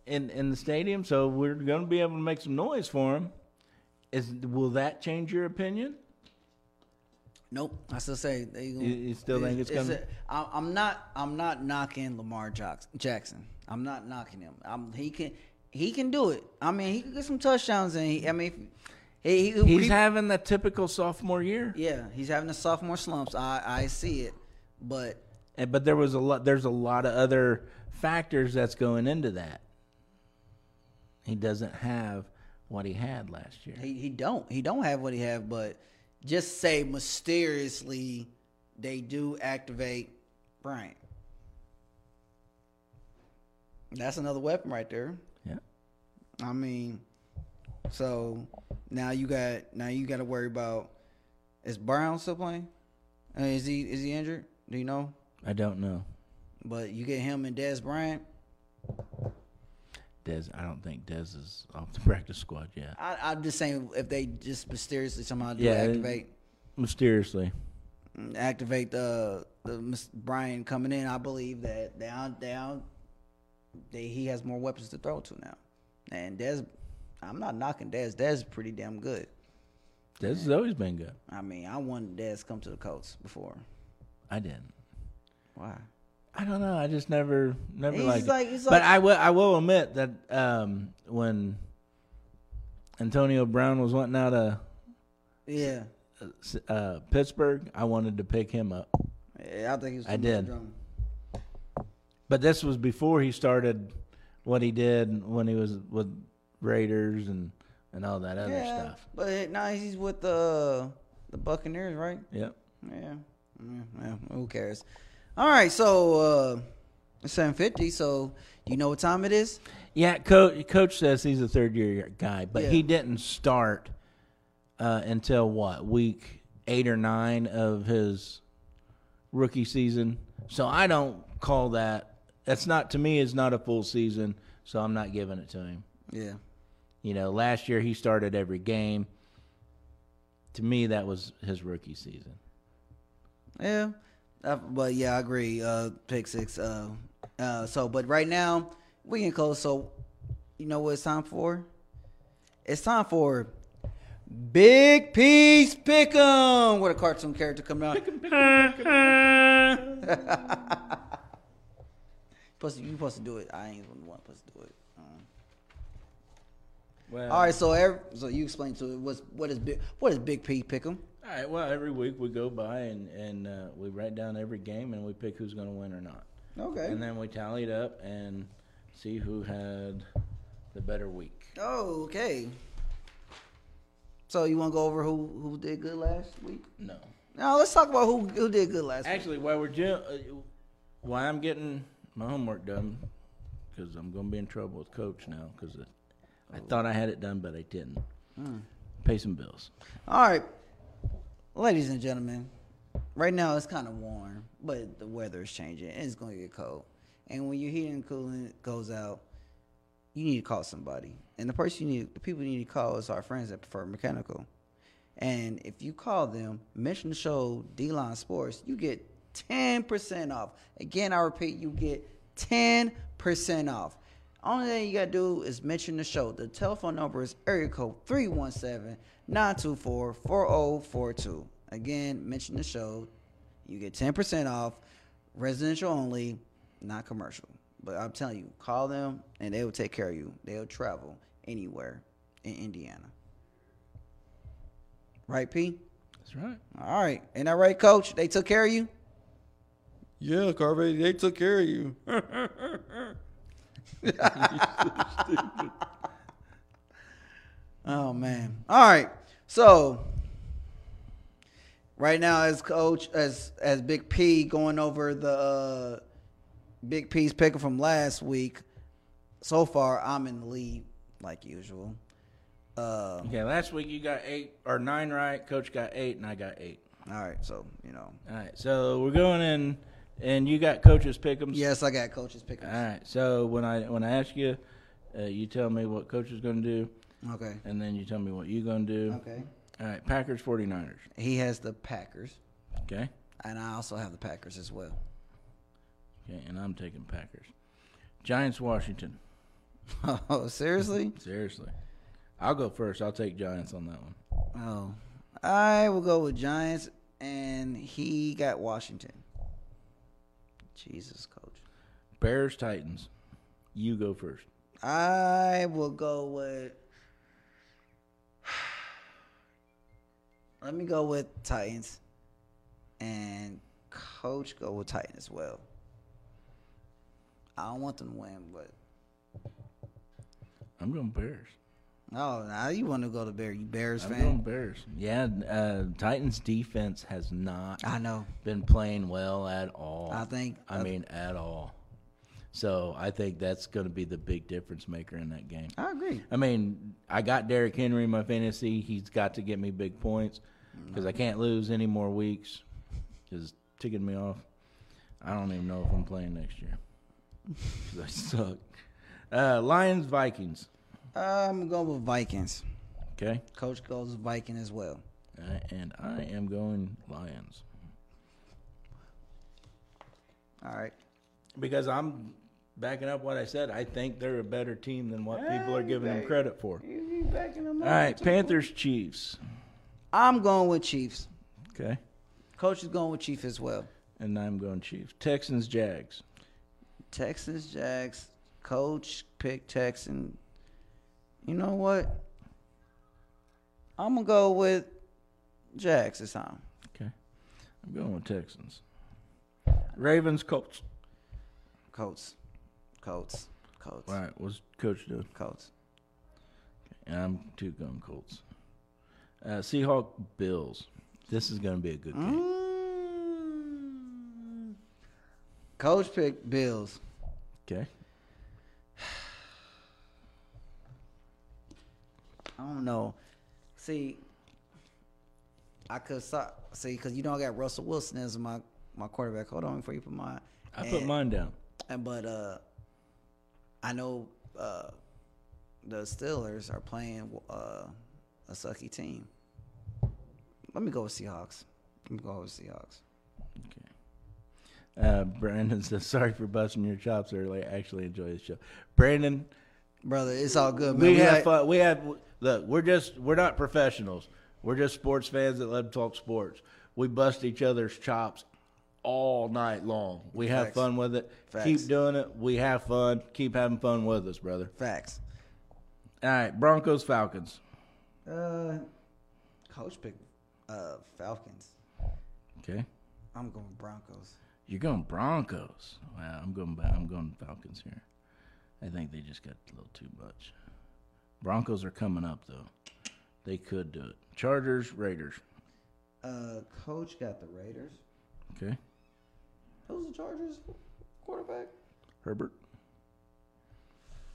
Speaker 1: in in the stadium so we're going to be able to make some noise for them is will that change your opinion
Speaker 2: Nope. I still say they. Gonna,
Speaker 1: You- you still think it's gonna-
Speaker 2: a- I- I'm not. I'm not knocking Lamar Jacks- Jackson. I'm not knocking him. I'm, he can. He can do it. I mean, he could get some touchdowns, and he, I mean, he, he,
Speaker 1: he's
Speaker 2: he-
Speaker 1: having the typical sophomore year
Speaker 2: yeah, he's having the sophomore slumps. I I see it, but
Speaker 1: And- but there was a lot there's a lot of other factors that's going into that he doesn't have what he had last year
Speaker 2: He he don't he don't have what he have, but just say mysteriously they do activate Bryant. That's another weapon right there.
Speaker 1: yeah
Speaker 2: I mean, so now you got now you got to worry about is Brown still playing? Uh, is he is he injured? Do you know?
Speaker 1: i don't know
Speaker 2: But you get him and Des Bryant.
Speaker 1: des i don't think des is off the [laughs] practice squad yet
Speaker 2: I, I'm just saying if they just mysteriously somehow do
Speaker 1: Yeah, it-
Speaker 2: activate.
Speaker 1: mysteriously
Speaker 2: activate the the Miss Brian coming in, I believe that down down they he has more weapons to throw to now. And Des I'm not knocking Des. Des is pretty damn good.
Speaker 1: des has always been good
Speaker 2: I mean, I wanted Des to come to the Colts before.
Speaker 1: i didn't
Speaker 2: Why?
Speaker 1: I don't know. I just never, never
Speaker 2: He's
Speaker 1: liked
Speaker 2: like-
Speaker 1: it.
Speaker 2: he's
Speaker 1: but
Speaker 2: like-
Speaker 1: I will, I will admit that um, when Antonio Brown was wanting out of
Speaker 2: Yeah.
Speaker 1: uh, Pittsburgh, I wanted to pick him up.
Speaker 2: Yeah, I think he was
Speaker 1: I
Speaker 2: too much
Speaker 1: did.
Speaker 2: of a drummer.
Speaker 1: But this was before he started what he did when he was with Raiders and and all that other
Speaker 2: Yeah,
Speaker 1: stuff.
Speaker 2: But now he's with the the Buccaneers, right?
Speaker 1: Yep.
Speaker 2: Yeah. Yeah, yeah, Who cares? All right, so uh it's seven fifty, so you know what time it is?
Speaker 1: Yeah, coach. Coach says he's a third year guy, but
Speaker 2: Yeah.
Speaker 1: he didn't start uh, until what week
Speaker 4: eight or nine of his rookie season. So I don't call that. That's not to me. It's not a full season. So I'm not giving it to him.
Speaker 2: Yeah.
Speaker 4: You know, last year he started every game. To me, that was his rookie season.
Speaker 2: Yeah. Uh, but yeah, I agree. Uh, pick six. Uh, uh, so, but right now, we can close. So, you know what it's time for? It's time for Big Piece Pick'em with a cartoon character coming out. Supposed to- [laughs] you supposed to do it. I ain't the one supposed to do it. Um,
Speaker 1: Well,
Speaker 2: all right, so every, so you explain to it what's what is big what is Big P Pick'em?
Speaker 1: All right. Well, every week we go by and and uh, we write down every game and we pick who's going to win or not,
Speaker 2: Okay.
Speaker 1: and then we tally it up and see who had the better week.
Speaker 2: Oh, okay. So you want to go over who who did good last week?
Speaker 1: No,
Speaker 2: No, let's talk about who who did good last week.
Speaker 1: actually, while we're doing, uh, while I'm getting my homework done, because I'm going to be in trouble with coach now oh. because I thought I had it done but I didn't. Hmm. Pay some bills.
Speaker 2: All right, ladies and gentlemen. Right now it's kind of warm, but the weather is changing and it's going to get cold. And when your heating and cooling goes out, you need to call somebody. And the person you need, the people you need to call is our friends at Preferred Mechanical. And if you call them, mention the show D Line Sports, you get 10% off. Again, I repeat, you get 10% off. Only thing you gotta do is mention the show. The telephone number is area code 317 924 4042. Again, mention the show. You get 10% off, residential only, not commercial. But I'm telling you, call them and they will take care of you. They'll travel anywhere in Indiana. Right, P?
Speaker 1: That's right.
Speaker 2: All right. Ain't that right, coach? They took care of you?
Speaker 5: Yeah, Carvey, they took care of you.
Speaker 2: Oh man. All right. So right now as coach as as Big P going over the uh, Big P's picker from last week, so far I'm in the lead like usual. Uh,
Speaker 1: Okay, last week you got eight or nine right. Coach got eight, and I got eight.
Speaker 2: all right, so you know.
Speaker 1: All right, so we're going in, and you got coaches pick 'em.
Speaker 2: Yes, I got coaches picking.
Speaker 1: All right. So when I when I ask you, uh, you tell me what coach is going to do,
Speaker 2: Okay.
Speaker 1: and then you tell me what you're going to do.
Speaker 2: Okay.
Speaker 1: All right. Packers 49ers.
Speaker 2: He has the Packers,
Speaker 1: Okay.
Speaker 2: and I also have the Packers as well. [laughs]
Speaker 1: Okay. And I'm taking Packers. Giants Washington.
Speaker 2: Oh, seriously?
Speaker 1: Seriously. I'll go first. I'll take Giants on that one.
Speaker 2: Oh, I will go with Giants, and he got Washington. Jesus, coach.
Speaker 1: Bears Titans. You go first.
Speaker 2: I will go with. [sighs] Let me go with Titans, and coach go with Titans as well. I don't want them to win, but
Speaker 1: I'm going Bears.
Speaker 2: oh, now you want to go to Bear, you Bears
Speaker 1: I'm
Speaker 2: fan?
Speaker 1: going Bears. Yeah. Uh, Titans defense has not
Speaker 2: I know.
Speaker 1: been playing well at all.
Speaker 2: Oh, I think-
Speaker 1: I mean, at all. So I think that's going to be the big difference maker in that game.
Speaker 2: I agree.
Speaker 1: I mean, I got Derrick Henry in my fantasy. He's got to get me big points because I can't lose any more weeks. Just ticking me off. I don't even know if I'm playing next year 'Cause I suck. Uh, Lions, Vikings.
Speaker 2: I'm going with Vikings.
Speaker 1: Okay.
Speaker 2: Coach goes with Viking as well.
Speaker 1: All right, and I am going Lions
Speaker 2: All right.
Speaker 1: because I'm backing up what I said. I think they're a better team than what people are giving them credit for. All right, Panthers, Chiefs.
Speaker 2: I'm going with Chiefs.
Speaker 1: Okay.
Speaker 2: Coach is going with Chiefs as well.
Speaker 1: And I'm going Chiefs. Texans, Jags.
Speaker 2: Texans, Jags. Coach picked Texan. You know what? I'm gonna go with Jags this time.
Speaker 1: Okay. I'm going with Texans. Ravens, Colts.
Speaker 2: Colts, Colts, Colts,
Speaker 1: All right, what's Coach doing?
Speaker 2: Colts.
Speaker 1: And I'm two going Colts. Uh, Seahawk, Bills. This is going to be a good game.
Speaker 2: Mm. Coach picked Bills.
Speaker 1: Okay.
Speaker 2: I don't know. See, I could stop. See, because you know I got Russell Wilson as my, my quarterback. Hold on before you put mine.
Speaker 1: I put mine down.
Speaker 2: And, but uh, I know uh, the Steelers are playing uh, a sucky team. Let me go with Seahawks. Let me go with Seahawks.
Speaker 1: Okay. Uh, Brandon says, [laughs] sorry for busting your chops early. I actually enjoy the show. Brandon,
Speaker 2: Brother, it's all good, man.
Speaker 1: we, have
Speaker 2: like-
Speaker 1: fun. We have look. We're just we're not professionals. We're just sports fans that love to talk sports. We bust each other's chops all night long. We have
Speaker 2: Facts.
Speaker 1: fun with it.
Speaker 2: Facts.
Speaker 1: Keep doing it. We have fun. Keep having fun with us, brother.
Speaker 2: Facts.
Speaker 1: All right, Broncos Falcons.
Speaker 2: Uh, coach picked uh, Falcons.
Speaker 1: Okay,
Speaker 2: I'm going Broncos.
Speaker 1: you're going Broncos. Wow, I'm going. I'm going Falcons here. I think they just got a little too much. Broncos are coming up though. They could do it. Chargers Raiders.
Speaker 2: Uh, coach got the Raiders.
Speaker 1: Okay,
Speaker 2: Who's the Chargers quarterback?
Speaker 1: Herbert,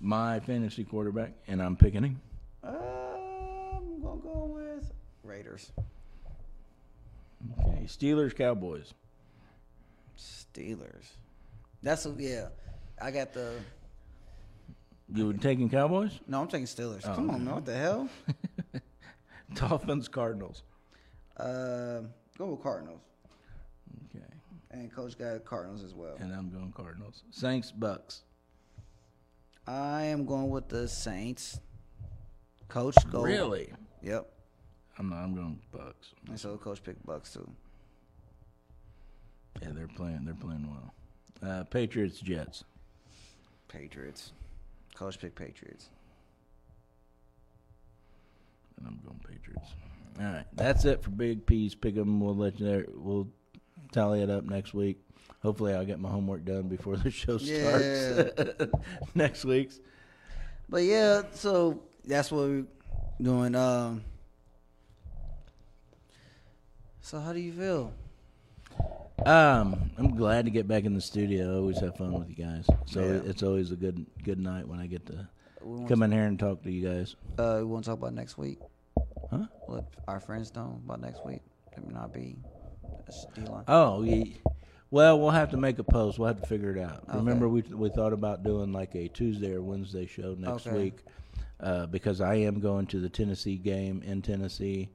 Speaker 1: my fantasy quarterback, and I'm picking him.
Speaker 2: Uh, I'm gonna go with Raiders.
Speaker 1: Okay, Steelers, Cowboys.
Speaker 2: Steelers. That's a, yeah. I got the
Speaker 1: You were taking Cowboys?
Speaker 2: no. I'm taking Steelers. Come on, man. What the hell?
Speaker 1: [laughs] Dolphins, Cardinals.
Speaker 2: Uh, go with Cardinals.
Speaker 1: Okay,
Speaker 2: And coach got Cardinals as well.
Speaker 1: and I'm going Cardinals. Saints, Bucks.
Speaker 2: I am going with the Saints. Coach go.
Speaker 1: Really?
Speaker 2: Yep.
Speaker 1: I'm not. I'm going Bucks.
Speaker 2: And so coach picked Bucks too.
Speaker 1: Yeah, they're playing. They're playing well. Uh, Patriots, Jets.
Speaker 2: Patriots. Coach picked Patriots.
Speaker 1: and I'm going Patriots. All right, that's it for Big P's Pick 'em. We'll let you there. We'll tally it up next week. Hopefully, I'll get my homework done before the [laughs] show starts [laughs] next week's.
Speaker 2: But yeah, so that's what we're doing. Um, so how do you feel?
Speaker 1: Um, I'm glad to get back in the studio. I always have fun with you guys, so
Speaker 2: Yeah.
Speaker 1: it's always a good good night when I get to
Speaker 2: We want
Speaker 1: come in here and talk to you guys.
Speaker 2: Uh, we want to talk about next week.
Speaker 1: Huh?
Speaker 2: What our friends know about next week? It may not be. That's D line.
Speaker 1: Oh, ye- well, we'll have to make a post. We'll have to figure it out. Remember, we we thought about doing like a Tuesday or Wednesday show next
Speaker 2: Okay.
Speaker 1: week uh, because I am going to the Tennessee game in Tennessee.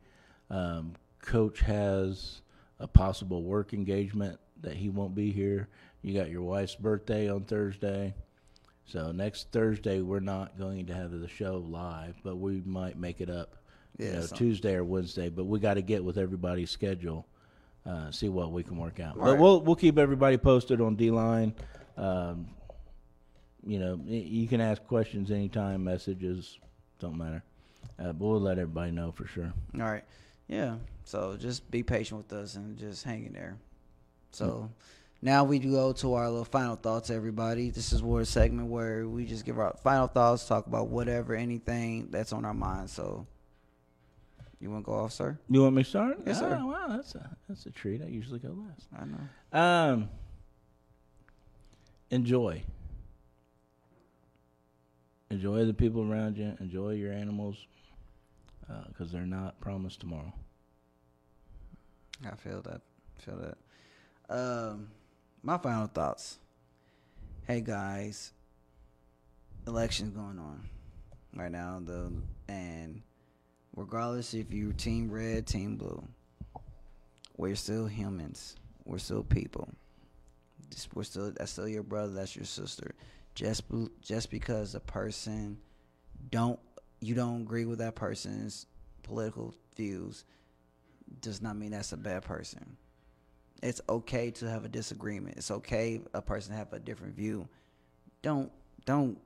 Speaker 1: Um, Coach has a possible work engagement that he won't be here. You got your wife's birthday on Thursday. So next Thursday we're not going to have the show live, but we might make it up, you
Speaker 2: Yeah,
Speaker 1: know,
Speaker 2: something.
Speaker 1: Tuesday or Wednesday. But we got to get with everybody's schedule, uh, see what we can work out. But
Speaker 2: Right.
Speaker 1: we'll we'll keep everybody posted on D line. Um, you know, y- you can ask questions anytime, messages don't matter. Uh, but we'll let everybody know for sure.
Speaker 2: All right. Yeah. So just be patient with us and just hang in there. So now we do go to our little final thoughts, everybody. This is where a segment where we just give our final thoughts, talk about whatever, anything that's on our mind. So you want to go off, sir?
Speaker 1: You want me to start?
Speaker 2: Yes, sir.
Speaker 1: Ah, wow, that's a that's a treat. I usually go last.
Speaker 2: I know.
Speaker 1: Um, enjoy. Enjoy the people around you. Enjoy your animals, because they're not promised tomorrow.
Speaker 2: I feel that. Feel that. Um, my final thoughts. Hey guys, election's going on right now, though, and regardless if you're team red, team blue, we're still humans. We're still people. Just- We're still that's still your brother. That's your sister. Just be- just because a person don't you don't agree with that person's political views does not mean that's a bad person. It's okay to have a disagreement. It's okay a person to have a different view. Don't don't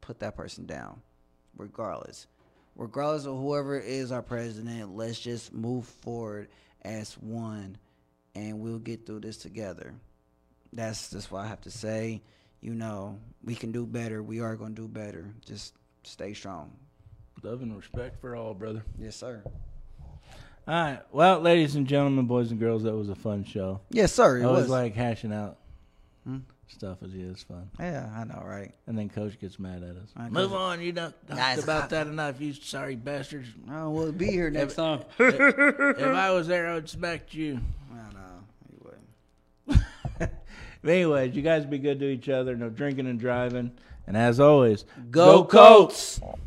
Speaker 2: put that person down, regardless. Regardless of whoever is our president, let's just move forward as one, and we'll get through this together. That's just what I have to say. You know, we can do better. We are gonna do better. Just stay strong.
Speaker 1: Love and respect for all, brother.
Speaker 2: Yes, sir.
Speaker 1: All right. Well, ladies and gentlemen, boys and girls, that was a fun show.
Speaker 2: Yes, sir.
Speaker 1: I
Speaker 2: It Hmm?
Speaker 1: always
Speaker 2: was
Speaker 1: like hashing out stuff as he is fun.
Speaker 2: Yeah, I know, right?
Speaker 1: And then coach gets mad at us.
Speaker 2: I know.
Speaker 1: Move on. You don't talk
Speaker 2: Guys,
Speaker 1: about
Speaker 2: I-
Speaker 1: that enough. You sorry
Speaker 2: [laughs]
Speaker 1: bastards.
Speaker 2: Oh, we'll be here next time.
Speaker 1: if I was there, I would smack you.
Speaker 2: I know. He wouldn't.
Speaker 1: But anyways, you guys be good to each other. No drinking and driving. And as always,
Speaker 2: Go Colts!
Speaker 1: Colts!